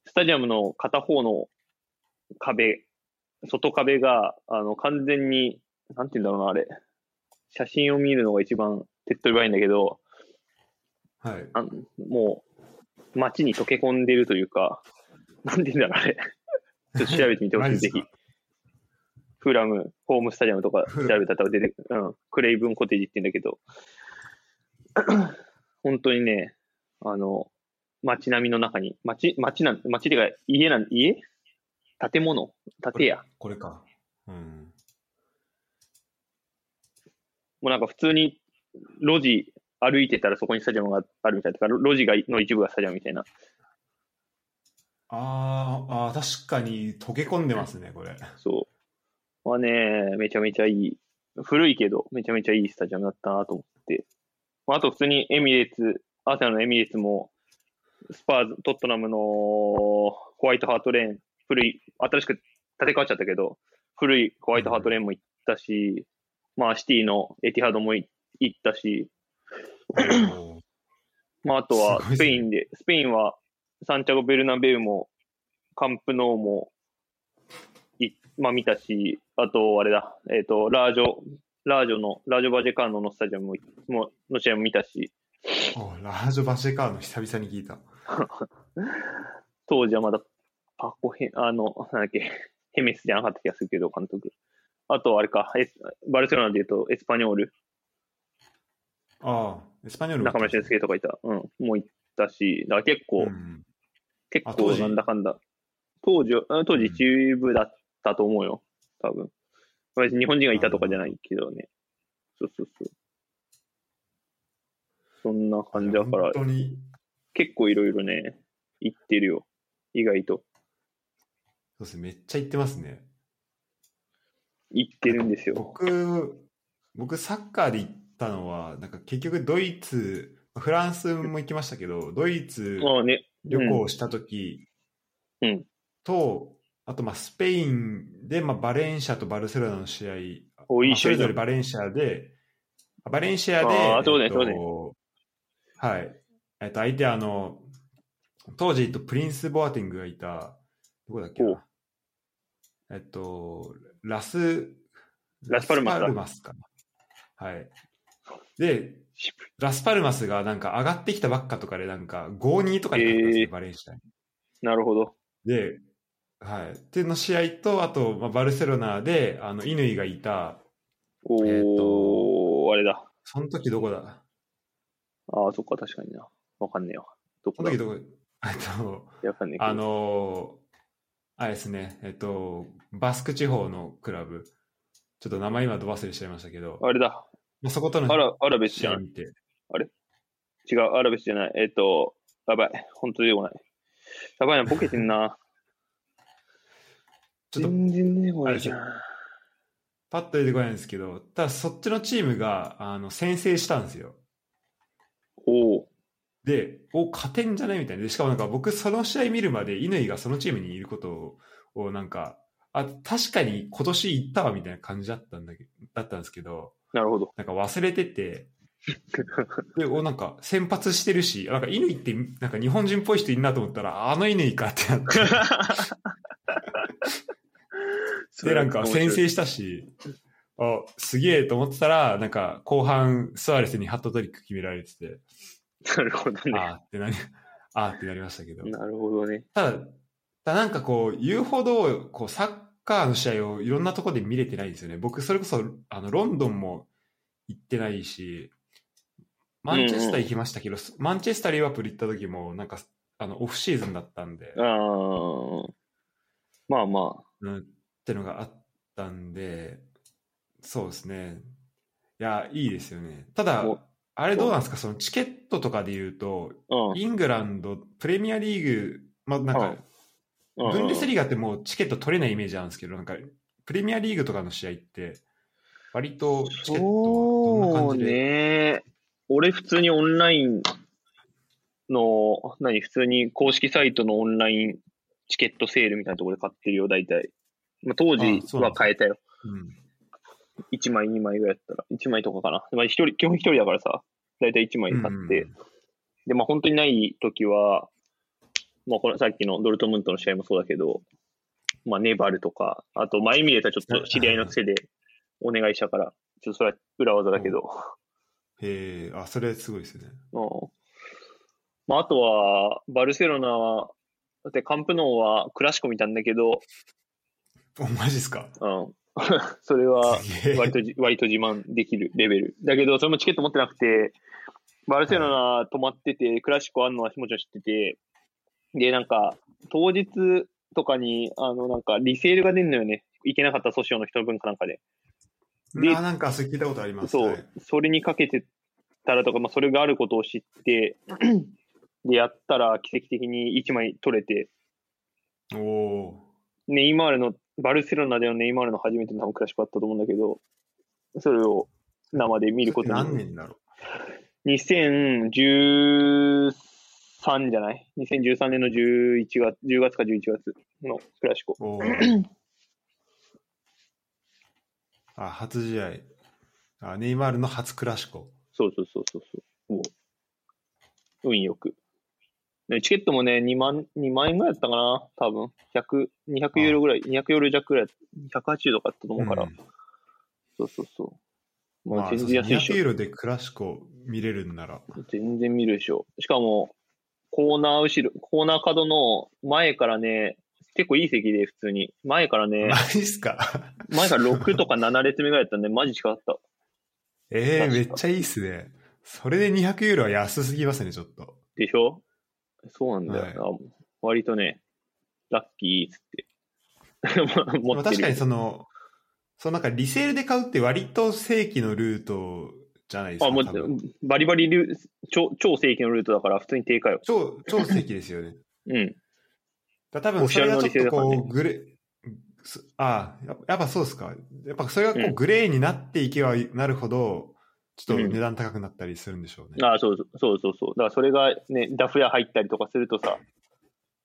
スタジアムの片方の壁、外壁が、あの、完全に、なんて言うんだろうな、あれ。写真を見るのが一番手っ取り早いんだけど、はい。あのもう、街に溶け込んでるというか、 なんて言うんだろ う、あれ。ちょっと調べてみてほしマジでい、ぜすかひ。フラム、ホームスタジアムとか調フラべたら多分出てくる。うん。クレイブン コテージって言うんだけど、本当にね、あの、街並みの中に、街、街なん、街でか、家なん、家建物建屋これか。うん。もうなんか普通に路地歩いてたらそこにスタジアムがあるみたいな、路地がの一部がスタジアムみたいな。あーあー、確かに溶け込んでますね、こ れ。そう。はね、めちゃめちゃいい。古いけど、めちゃめちゃいいスタジアムだったなと思って。まあ、あと普通にエミレーツ、アーセナルのエミレーツも、スパーズ、トットナムのホワイトハートレーン、古い、新しく建て替わっちゃったけど、古いホワイトハートレーンも行ったし、まあシティのエティハードもい行ったし、おーまあ、あとはすごいですねスペインで、スペインはサンチャゴ・ベルナベウも、カンプノーもい、まあ、見たし、あと、あれだ、えっ、と、ラージョ、ラージョの、ラージョ・バジェカーノのスタジアムも、もの試合も見たし、おーラージョ・バシェカーの久々に聞いた。当時はまだパコヘ、あの、なんだっけ、ヘメスじゃなかった気がするけど、監督。あと、あれか、エスバルセロナで言うと、エスパニョール、ああ、エスパニョールも中村俊輔とかいた、うん、もう行ったし、だから結構、うん結あ当構時なんだかんだ。当時は、あ当時一部だったと思うよ。多分。別に日本人がいたとかじゃないけどね。そうそうそう。そんな感じだから本、当に結構いろいろね、行ってるよ。意外と。そうですね、めっちゃ行ってますね。行ってるんですよ。僕、僕、サッカーで行ったのは、なんか結局ドイツ、フランスも行きましたけど、ドイツああね。旅行をした時うんと、あとまあスペインで、まあ、バレンシアとバルセロナの試合、おまいいあそ試れ合だぞれ。バレンシアで、あバレンシアで、あーそうねえっとそうねはい。えっと、相手はあの、当時、えっと、プリンス・ボアティングがいた、どこだっけおうなえっと、ラス、ラスパルマスだラスかな。はい。で、ラスパルマスがなんか上がってきたばっかとかで、なんか5-2とかになったんですよ、えーバレンシアに。なるほど。で、はい。っていうの試合と、あと、まあ、バルセロナで、あの、乾がいた、おー、えーあれだ。その時どこだああ、そっか、確かにな。わかんねえよ。どそこだのい時どこ、 えっと、やわかんねえけど。あのーあれですね、えっと、バスク地方のクラブ、ちょっと名前今、ど忘れしちゃいましたけど、あれだ。まあそことのアラ、アラベスじ試ゃ合ん。見て、違う、アラベスじゃない。えっ、と、やばい。本当に出てこない。やばいな、ボケてんな。 ちょっと全然出てこないじゃん。パッと出てこないんですけど、ただそっちのチームがあの先制したんですよ。おお。で、お、勝てんじゃねみたいな。で、しかもなんか僕、その試合見るまで、乾がそのチームにいることを、をなんか、あ、確かに今年行ったわ、みたいな感じだったんだけだったんですけど、なるほど。 なんか忘れてて、で、お、なんか先発してるし、なんか乾って、なんか日本人っぽい人いるなと思ったら、あの乾かってな って、 で、なんか先制したし、あ、すげえと思ってたら、なんか後半、スアレスにハットトリック決められてて、なるほどね。あーってなり、あーってなりましたけど。なるほどね。ただ、ただなんかこう、言うほど、こう、サッカーの試合をいろんなところで見れてないんですよね。僕、それこそ、あの、ロンドンも行ってないし、マンチェスター行きましたけど、マンチェスター、リバプール行った時も、なんか、あの、オフシーズンだったんで、あーまあまうん、ってのがあったんで、そうですね。いや、いいですよね。ただお、あれどうなんですかそのチケットとかで言うと、あ。うん。イングランド、プレミアリーグ、まあ、なんはかい、うんブンデスリーガってもうチケット取れないイメージなんですけど、なんかプレミアリーグとかの試合って、割とチケットどんなそ感うじで。ね。俺普通にオンラインの、何、普通に公式サイトのオンラインチケットセールみたいなところで買ってるよ、大体。まあ、当時あそうなんはだ買えたよ。うん1枚、2枚ぐらいだったら。1枚とかかな。まあ、一人、基本一人だからさ、大体1枚買って。うんで、まあ本当にない時は、まあこのさっきのドルトムントの試合もそうだけど、まあネバルとか、あと、まあ意味でたちょっと知り合いの癖でお願いしたから、ちょっとそれは裏技だけど。へえ、あ、それすごいですよね。 うん。まあ、あとは、バルセロナは、だってカンプノーはクラシコ見たんだけど、お、マジっすかうん。 それはすげえ割とじ、割と自慢できるレベル。だけど、それもチケット持ってなくて、バルセロナ泊まってて、クラシコあんのはもちろん知ってて、で、なんか、当日とかに、あの、なんか、リセールが出るのよね。行けなかった訴訟の人の分かなんかで。であなんかそれ聞いたことあります。そ。はいうそれにかけてたらとか、まあ、それがあることを知 って、で、やったら奇跡的に1枚取れて、おおネイマールの、バルセロナでのネイマールの初めての多分クラシックだったと思うんだけど、それを生で見るー。こと何に。年だろ2013じゃない ?2013 年の11月、10月か11月のクラシコ。う。お ーあ、初試合。あ、ネイマールの初クラシコ。そうそうそうそうそう。おう運よく。でチケットもね、2万、2万円ぐらいだったかな多分。100、200ユーロぐらい、200ユーロ弱ぐらい、180とかだったと思うから。うんそうそうそう。ままあ、あ、そうそ全う然安いでし200ユょ。ーロでクラシコ見れるんなら。全然見るでしょ。しかも、コーナー後ろ、コーナー角の前からね、結構いい席で、普通に。前からねマ、ジっすか前から6とか7列目ぐらいだったんで、マジ近かった。ええ確かめっちゃいいっすね。それで200ユーロは安すぎますね、ちょっと。でしょそうなんだよな。割とね、ラッキーっつ って。ま持あって確かにる。その、そのなんかリセールで買うって割と正規のルートじゃないですか。あ、もう多分、バリバリル超、超正規のルートだから、普通に低下よ。超、超正規ですよね。うん。だ多オ分フィシそャれルのがリちセょっールとだからこう、ねグレ、すああ、やっぱやっぱそうですか。やっぱそれがこうう、グレーになっていけばなるほど、ちょっとうん値段高くなったりするんでしょうね。あそうそうそうそうそう。だからそれがね、ダフ屋入ったりとかするとさ、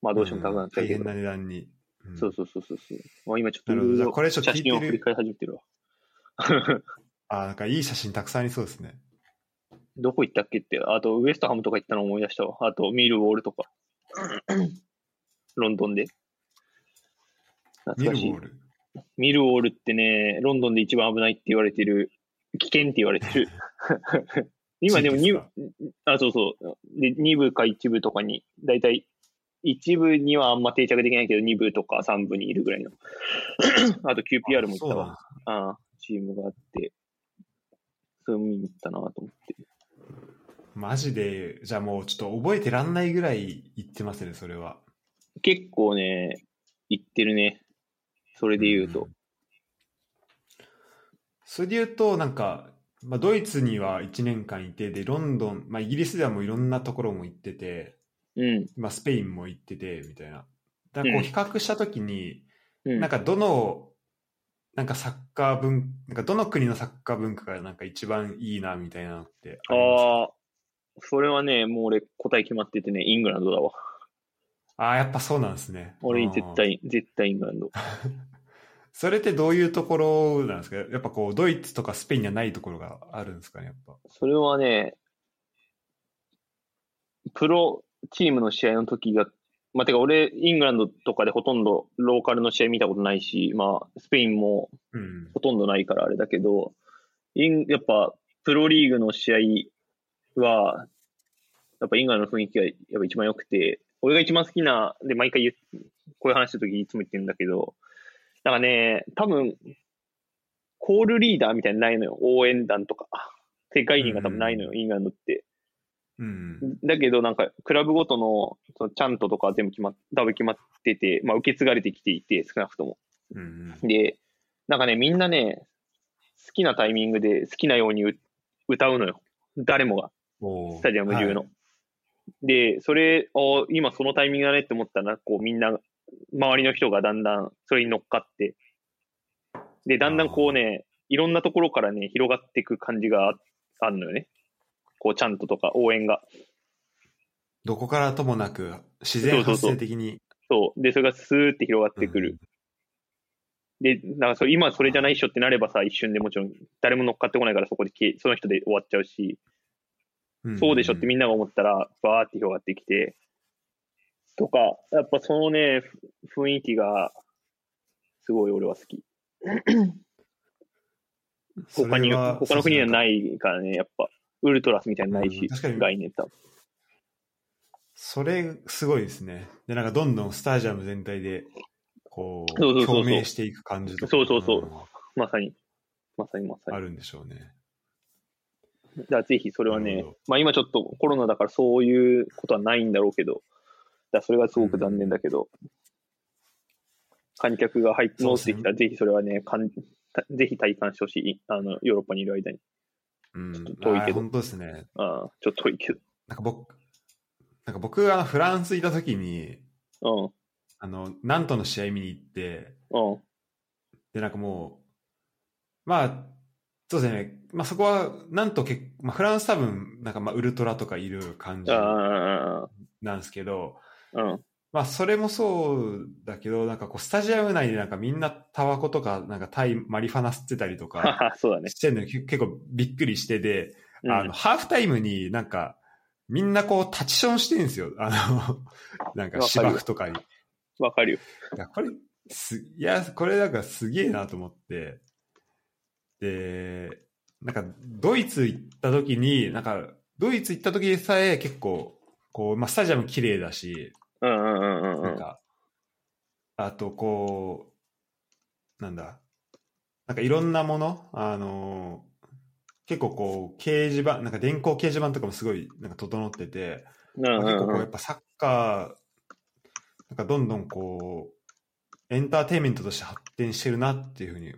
まあどうしても高くなっちゃう大け変ど。な値段に。うんそうそうそうそうそう。まあ今ちょっとなるほど。じゃあこれちょっと写聞い真をて振りる。返り始めてるわ。ああ、なんかいい写真たくさんありそうですね。どこ行ったっけって、あとウエストハムとか行ったの思い出したわ。あとミルウォールとか。 ロンドンで。ミル懐かウしいォー。ル。ミルウォールってね、ロンドンで一番危ないって言われてる、危険って言われて る。今でも地域2です部か、あ、そうそう。で、2部か1部とかに、だいたい1部にはあんま定着できないけど、2部とか3部にいるぐらいの。 あと QPR も行ったそうなんわだ。ああチームがあって、それも見に行ったなと思って。マジで、じゃあもうちょっと覚えてらんないぐらい言ってますね、それは。結構ね、行ってるね。それで言うと。んそれで言うと、なんか、まあ、ドイツには1年間いて、で、ロンドン、まあ、イギリスではもういろんなところも行ってて、うん。まあ、スペインも行ってて、みたいな。だからこううん比較したときに、うん。なんかどの、なんかサッカー文、なんかどの国のサッカー文化がなんか一番いいな、みたいなのってありますかああ、それはね、もう俺答え決まっててね、イングランドだわ。あー、やっぱそうなんですね。俺うん絶対、絶対イングランド。それってどういうところなんですかやっぱこう、ドイツとかスペインにはないところがあるんですかね、やっぱ。それはね、プロチームの試合の時が、まあ、てか俺、イングランドとかでほとんどローカルの試合見たことないし、まあ、スペインもうん。ほとんどないからあれだけど、インやっぱプロリーグの試合は、やっぱイングランドの雰囲気がやっぱ一番良くて、俺が一番好きな、で、毎回言うこういう話した時いつも言ってるんだけど、なんかね、多分、コールリーダーみたいなのないのよ。応援団とか。って概念が多分ないのよ、イングランドって。うん。だけど、なんか、クラブごとの、その、チャントとか全部決まっ、多分決まってて、まあ、受け継がれてきていて、少なくとも。うん。で、なんかね、みんなね、好きなタイミングで好きなようにう歌うのよ。誰もが、おースタジアム中の。はいで、それを今そのタイミングだねって思ったら、こうみんな、周りの人がだんだんそれに乗っかって、で、だんだんこうね、いろんなところからね、広がっていく感じがああるのよね。こう、ちゃんととか応援が。どこからともなく、自然発生的に。そう。で、それがスーって広がってくる。で、なんかそれ今それじゃないっしょってなればさ、一瞬でもちろん、誰も乗っかってこないからそこで消え、その人で終わっちゃうし、うん。そうでしょってみんんなが思ったら、バーって広がってきて、とか、やっぱそのね、ふ雰囲気が、すごい俺は好き。な、。他に、他の国にはないいからね、やっぱ、ウルトラスみたいなのないうんし確か、に概念多分。それ、すごいですね。で、なんかどんどんスタジアム全体で、こう、そうそうそうそう共鳴していく感じとか。そうそうそうんまさに、まさにまさあに。るんでしょうね。だからぜひそれはなるねほど、まあ今ちょっとコロナだからそういうことはないんだろうけど、だからそれがすごく残念だけど、観客が入ってそう戻でっすねてきたら、ぜひそれはね、かんたぜひ体感してほしい、あのヨーロッパにいる間に。うん、ちょっと遠いけどあー本当ですね。ああちょっと遠いけなんか僕、なんか僕がフランスいた時に、ど。あの、ナントの試合見に行って、うん、うん、で、なんかもう、まあ、そうですね、まあそこは、なんと結まあ、フランス多分、なんかまあウルトラとかいる感じあなんですけど、あ、うん、まあそれもそうだけど、なんかこうスタジアム内でなんかみんなタバコとか、なんかタイマリファナ吸ってたりとは かはそうだね。してるのに結構びっくりしてで、うんあの、ハーフタイムになんか、みんなこうタッチションしてるんですよ。あの、 なんか芝生とかに。わかるよ。いや、これ、す、いや、これなんかすげえなと思って、で、なんか、ドイツ行った時に、なんか、ドイツ行った時でさえ結構、こう、まあ、スタジアム綺麗だし、うんうんうんうなんんうん。か、あと、こう、なんだ、なんかいろんなもの、あの結構こう、掲示板、なんか電光掲示板とかもすごい、なんか整ってて、うんまあう結構こんううやっんぱサッカーなんかどんどんこうエンターテインメントとして発展してるなっていうふうに、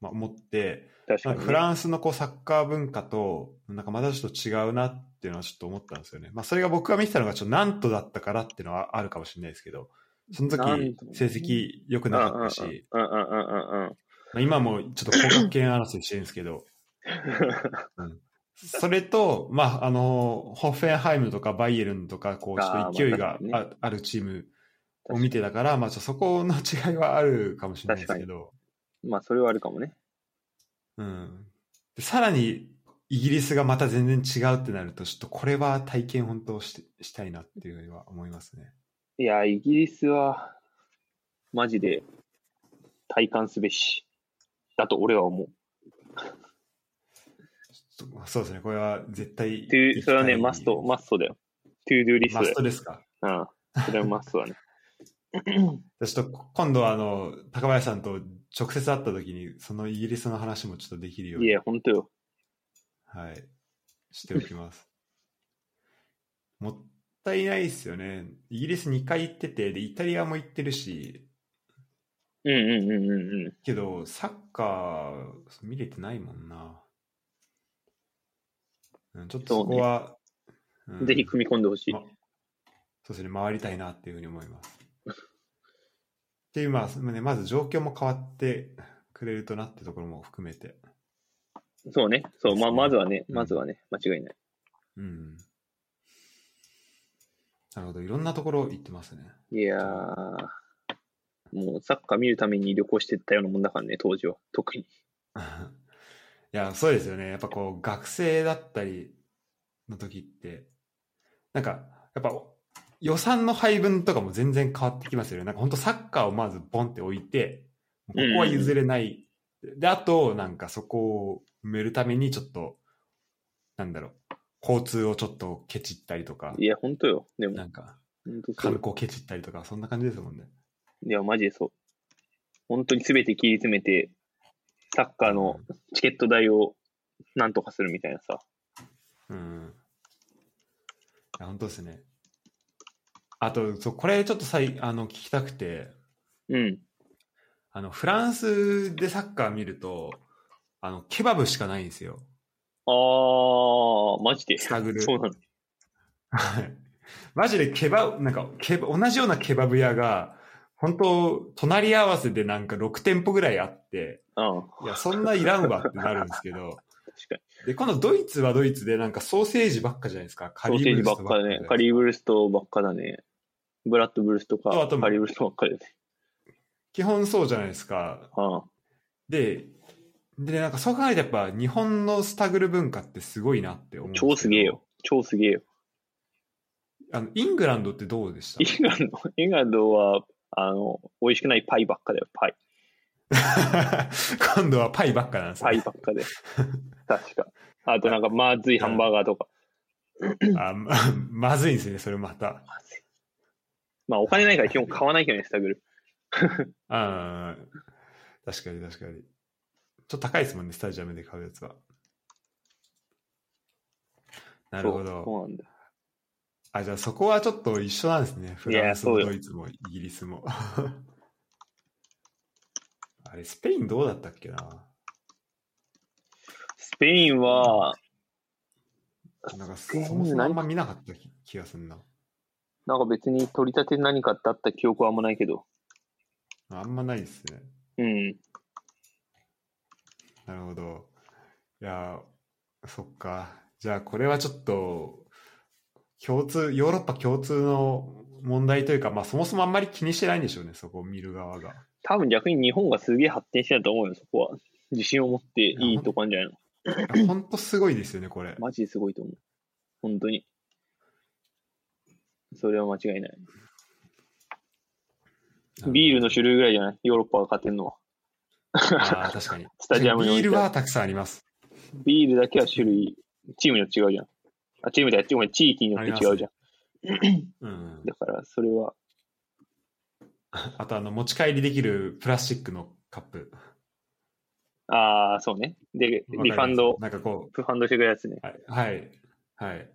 まあ、思って確なんかにかね。フランスのこうサッカー文化となんかまたちょっと違うなっていうのはちょっと思ったんですよね、まあ、それが僕が見てたのがちょっとなんとだったからっていうのはあるかもしれないですけどその時なんと成績良くなかったし、うんうんうんうんうん。まあ、今もちょっと降格権争いしてるんですけどそれと、まあ、あの、ホッフェンハイムとかバイエルンとか、こう、ちょっと勢いがあーまあああるチーム を見てたから、まあ、ちょっとそこの違いはあるかもしれないですけど、まあそれはあるかもね。うん。でさらに、イギリスがまた全然違うってなると、ちょっとこれは体験本当してしたいなっていうふうには思いますね。いや、イギリスは、マジで、体感すべし。だと俺は思う。ちょっとそうですね、これは絶対行きとたい。いう、それはね、マスト、マストだよ。トゥードゥーリストマだスよト。ですか。うん。それはマストだ ね。でちょっと今度はあの高林さんと直接会った時にそのイギリスの話もちょっとできるよういに、や、ほんとよ。はい、しておきます。もったいないですよね。イギリス2回行っててでイタリアも行ってるしうんうんうんうんうけどサッカー見れてないもんな。うんちょっとそこはうんん。ぜひ組み込んでほしいま。そうですね、回りたいなっていうふうに思います。っていう、まあ、ね、まず状況も変わってくれるとなってところも含めて。そうね。そう、まそうですねあ、まずはね、うんまずはね、間違いない。うん。なるほど、いろんなところ行ってますね。いやー、もうサッカー見るために旅行してったようなもんだからね、当時は。特に。いや、そうですよね。やっぱこう、学生だったりの時って、なんか、やっぱ予算の配分とかも全然変わってきますよね。なんか本当サッカーをまずボンって置いて、ここは譲れない。で、あと、なんかそこを埋めるためにちょっと、なんだろう、交通をちょっとケチったりとかい、や、ほんとよ。でも、なんかほんとそ観う。光ケチったりとか、そんな感じですもんね。いや、マジでそう。本当に全て切り詰めて、サッカーのチケット代をなんとかするみたいなさ。うん。いや本当ですね。あと、そうこれちょっとさいあの聞きたくて、うん。あのフランスでサッカー見ると、あのケバブしかないんですよ。あー、マジで。スタグル。そうなの。はいマジでケバなんかケバ同じようなケバブ屋が、本当隣り合わせでなんか6店舗ぐらいあって、ああ、いや、そんないらんわってなるんですけど、確かに。で、今度ドイツはドイツでなんかソーセージばっかじゃないですか。カソーリセージブルばスっトかだね。カじゃないですリーブルストばっかだね。ブラッドブルストか、そうあとカリーブルストばっかだよね。基本そうじゃないですか。ああ、で、で、なんかそう考えてやっぱ日本のスタグル文化ってすごいなって思うんですけど超すげえよ。。超すげえよ。あの、イングランドってどうでしイングランド、イングランドは、あの、美味しくないパイばっかだよ、パイ。た 今度はパイばっかなんですねパイばっ かだよ。確か。あとなんか、まずいハンバーガーとか。あま まずいんですね、それまた。まあ、お金ないから基本買わないけどね、スタグル。あー確かに確かに。ちょっと高いですもんね、スタジアムで買うやつは。なるほそうど。そうなんだ。あ、じゃあそこはちょっと一緒なんですね。フいやランスそもうよドイツもイギリスも。 あれ、スペインどうだったっけなスペインは、なんかそペインもそもあんま見なかった気がすんな。なんか別に取り立て何かってあった記憶はあんまないけど。あんまないですね。うん。なるほど。いやー、そっか。じゃあ、これはちょっと、共通、ヨーロッパ共通の問題というか、まあ、そもそもあんまり気にしてないんでしょうね、そこを見る側 が。多分逆に日本がすげえ発展してたと思うよ、そこは。自信を持っていいとこなんじゃないのいやほんとすごいですよね、これ。マジですごいと思う。本当に。それは間違いない。ビールの種類ぐらいじゃないヨーロッパが勝てんのは。あー確かに。スタジアムに置ビーいてあるルはたくさんあります。 ビールだけは種類、チームによって違うじゃん。あ、チームだよ、ごめん地域によって違うじゃん。うん。だから、それは、あと、あの、持ち帰りできるプラスチックのカップ。ああ、そうね。で、わかりリますファンド、なんかこリファンドしてくれるやつね。う、はい。はい。はい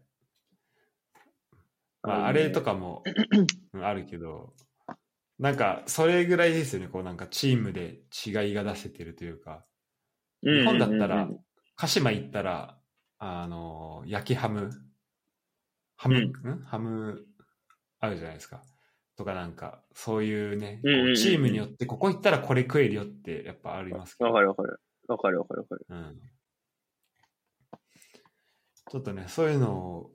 まあ、あれとか。かもうんあるけど、なんかそれぐらいですよね、こうなんかチームで違いが出せてるというか、うんうんうんうん日本だったら鹿島行ったら、あのー焼きハム、ハム、んハムあるじゃないですか。とかなんか、そういうね、こうんうんうんううんチームによってここ行ったらこれ食えるよってやっぱありますけどわか、るわかる。わかるわかるわかる。うん、ちょっとね、そういうのを、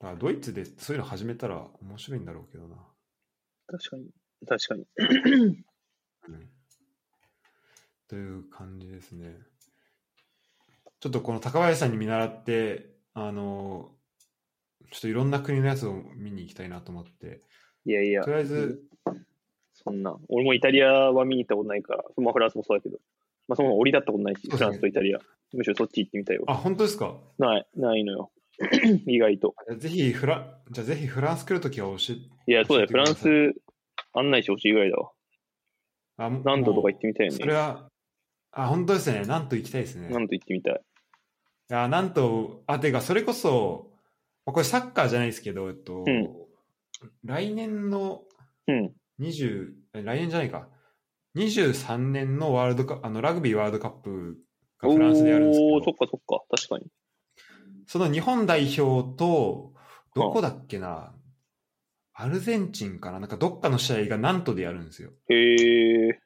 だからドイツでそういうの始めたら面白いんだろうけどな。確かに。確かに。 うんという感じですね。ちょっとこの高林さんに見習って、あの、ちょっといろんな国のやつを見に行きたいなと思って、いやいやと。りあえず、そんな。俺もイタリアは見に行ったことないから、まあフランスもそうだけど。まあそもそも降り立ったことないそし、うでフすねランスとイタリア。むしろそっち行ってみたいよ。あ、本当ですかない、ないのよ。 意外と。ぜひフラ、じゃあぜひフランス来るときは教えいや、そうだよ。フ教えラてくださンいス案内してほしいぐらいだわ。あ、もう何度とか行ってみたいよそれね。は、あ、本当ですね。なんと行きたいですね。何度行ってみたい。いや、なんと、あ、てか、それこそ、まあこれサッカーじゃないですけど、えっと、うん来年のうん。 20、え来年じゃないか、23年のワールドカあのラグビーワールドカップがフランスでやるんですけおー、そど、っかそっか。確かに。その日本代表と、どこだっけな、アルゼンチンかな、なんかどっかの試合がなんとでやるんですよ。へえ。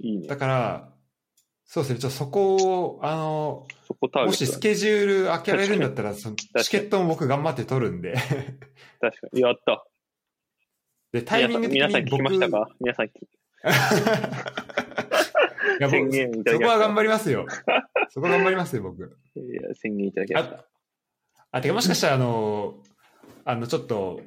いいねだ。から、そうですね、ちょっとそこを、あの、そこターゲもしッストだ。ケジュール開けられるんだったら、そのチかにケットも僕頑張って取るんで。確かに。やった。で、タイミング的に皆さん僕皆さん聞きましたか皆さん聞き。いや宣僕言いただそこきましたは頑張りますよ。そこは頑張りますよ、僕。いや、宣言いただきました。あ、あてかもしかしたら、あの、あの、ちょっと、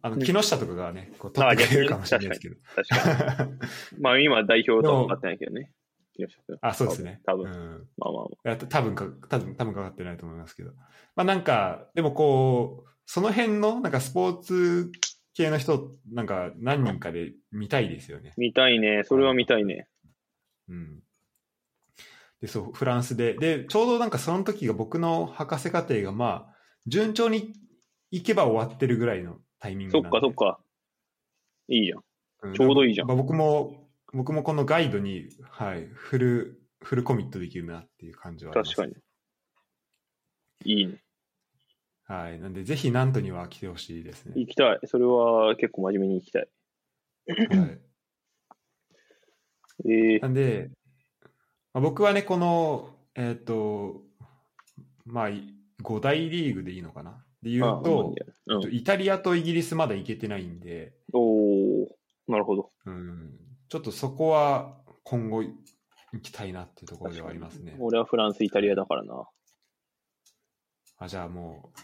あうの、ん木下とかがね、こう、取ってくれるかもしれないですけど。確かに。まあ今、代表とは分かってないけどね。よろしくあ、そうですね。多分うん。多まあまあまあ。いやた多分か、多分、多分かかってないと思いますけど。まあなんか、でもこう、その辺の、なんかスポーツ系の人、なんか何人かで見たいですよね。見たいね。それは見たいね。うん。で、そう、フランスで。で、ちょうどなんかその時が僕の博士課程がまあ、順調に行けば終わってるぐらいのタイミングそなっんでかそっか。いいじゃん。んちょうどいいじゃんまあ僕も、僕もこのガイドに、はい、フル、フルコミットできるなっていう感じはあります確かに。。いいね。はい。なんで、ぜひ南都には来てほしいですね。行きたい。それは結構真面目に行きたい。はい、えーなんで、まあ、僕はね、この、えっ、と、まあ、い5大リーグでいいのかなで言あうと、うえっとん。イタリアとイギリスまだ行けてないんで、おー、なるほど。うん、ちょっとそこは今後行きたいなっていうところではありますね。俺はフランス、イタリアだからな。あじゃあもう、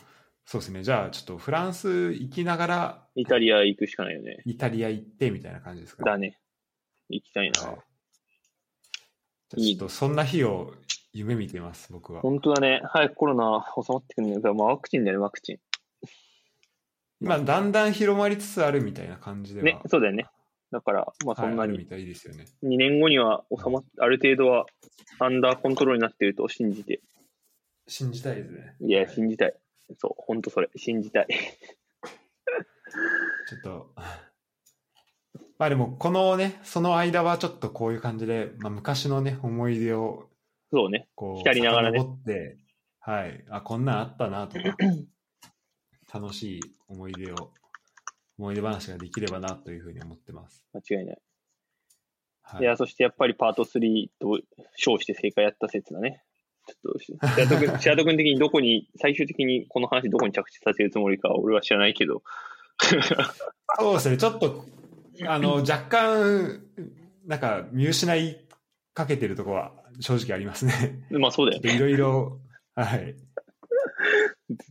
そうですね、じゃあちょっとフランス行きながらイタリア行くしかないよね。イタリア行ってみたいな感じですかだね。行きたいはな。いじゃあちょっとそんな日を夢見てます、僕は。本当だね。早くコロナ収まってくんね。まあワクチンだよね、ワクチン。今、だんだん広まりつつあるみたいな感じでは、ね、そうだよね。だから、まあそはいんなあるにみたいですよね。 2年後には収まっある程度はアンダーコントロールになっていると信じて信じたいですね。いや、信じたい。そう、ほんとそれ。信じたい。ちょっと、まあでも、このね、その間はちょっとこういう感じで、まあ、昔のね、思い出をそうね。こう、浸りながらね遡って、はい、あ、こんなんあったなと か、楽しい思い出を、思い出話ができればなというふうに思ってます。間違いない。、はいや、そしてやっぱりパート3と称して正解やった説だね。ちょっと、シアト 君、シアト君的にどこに、最終的にこの話どこに着地させるつもりか俺は知らないけど。 そうですね、ちょっと、あ の、若干、なんか、見失いかけてるとこは正直ありますね。まあそうちょだよっとね。いろいろ、はい。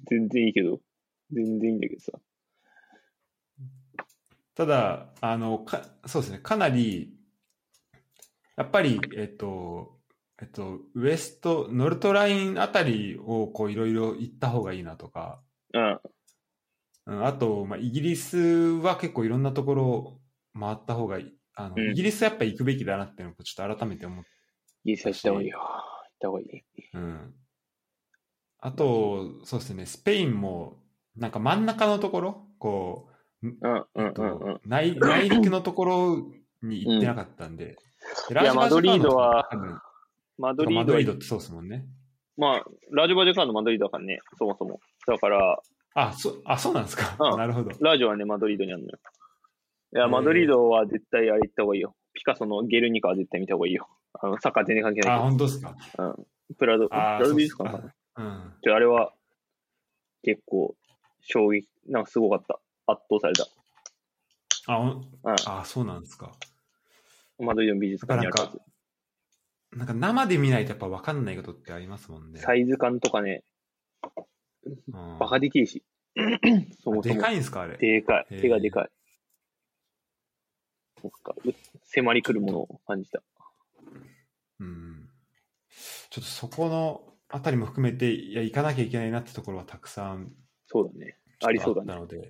全然いいけど。全然いいんだけどさ。ただ、あの、か、そうですね、かなり、やっぱり、えっと、えっと、ウエスト、ノルトラインあたりを、こう、いろいろ行った方がいいなとか、うん。うん、あと、まあ、イギリスは結構いろんなところを回った方がいい。あの、うんイギリスやっぱ行くべきだなっていうのを、ちょっと改めて思っいいさ、行った方がいいよ。行った方がいい。うん。あと、そうですね、スペインも、なんか真ん中のところ、こうん、うう、ん、えっとうん、うん。内内陸のところに行ってなかったんで、でいやバジャパンマドリードは多分マドとかリマードドはリードってそうですもんね。まあ、ラジオバジャカンのマドリードだからね、そもそも。だから、あ、そあそうなんですか。うんなるほど。ラジオはね、マドリードにあるのよ。いへや、ーマドリードは絶対あれ行った方がいいよ。ピカソのゲルニカは絶対見た方がいいよ。あの、サッカー全然関係ないあ、けど。本当ですか。プラド、プあラードビーズそかうなっすうん。ちょあれは、結構、衝撃、なんかすごかった。圧倒された。あ、ほんうんあそうなんですか。マドリードの美術館にあるはず。なんか生で見ないとやっぱ分かんないことってありますもんね。サイズ感とかね、うんバカできるし。 そもそでも。かいんですか、あれ。でかへい。ー手がでかい。そっか。う迫り来るものを感じた。うんちょっとそこのあたりも含めて、いや、行かなきゃいけないなってところはたくさんそうだね。ちょっとありそうだねったので、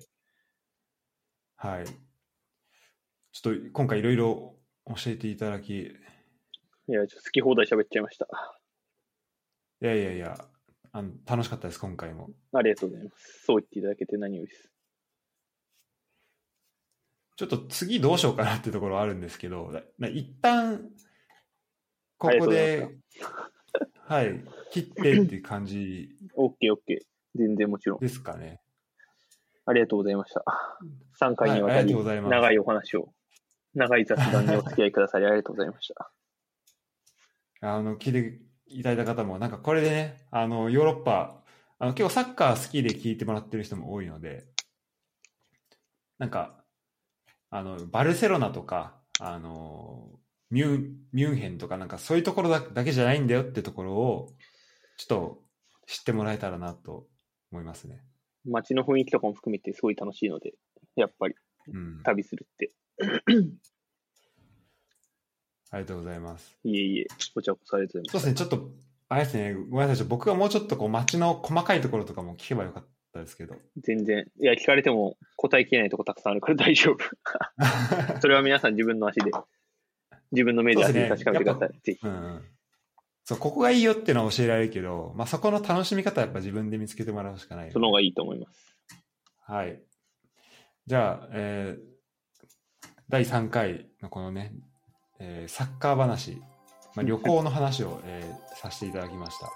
はい。ちょっと今回いろいろ教えていただき、いいや、ちょっと好き放題喋っちゃいました。やいやいや、あの楽しかったです、今回も。ありがとうございます。そう言っていただけて何よりです。ちょっと次どうしようかなってところはあるんですけど、な一旦、ここで、はい、切ってっていう感じ OK、OK。全然もちろん。ですかね。ありがとうございました。3回にわはいあたりがりとうございます長いお話を、長い雑談にお付き合いくださりありがとうございました。あの、聞いていただいた方も、なんかこれでね、あの、ヨーロッパ、あの、結構サッカー好きで聞いてもらってる人も多いので、なんか、あの、バルセロナとか、あの、ミュン、ミュンヘンとか、なんかそういうところだだけじゃないんだよってところを、ちょっと知ってもらえたらなと思いますね。街の雰囲気とかも含めてすごい楽しいので、やっぱりうん。あ旅するって。りがとうございます。いえいえ、こちらこそありがとうござそいうですね、ちょっと、あれですね、ごめんなさいちょっと、僕がもうちょっとこう街の細かいところとかも聞けばよかったですけど。ます。全然。いや、聞かれても答えきれないとこたくさんあるから大丈夫。 それは皆さん自分の足で、自分の目で足で確かめてください。ぜひ。うんそう、ここがいいよっていうのは教えられるけど、まあ、そこの楽しみ方はやっぱ自分で見つけてもらうしかないよね、その方がいいと思います。はい。じゃあ、えー第3回のこのね、えーサッカー話、まあ、旅行の話を、えーさせていただきました。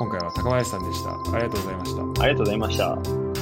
今回は高林さんでした。ありがとうございました。ありがとうございました。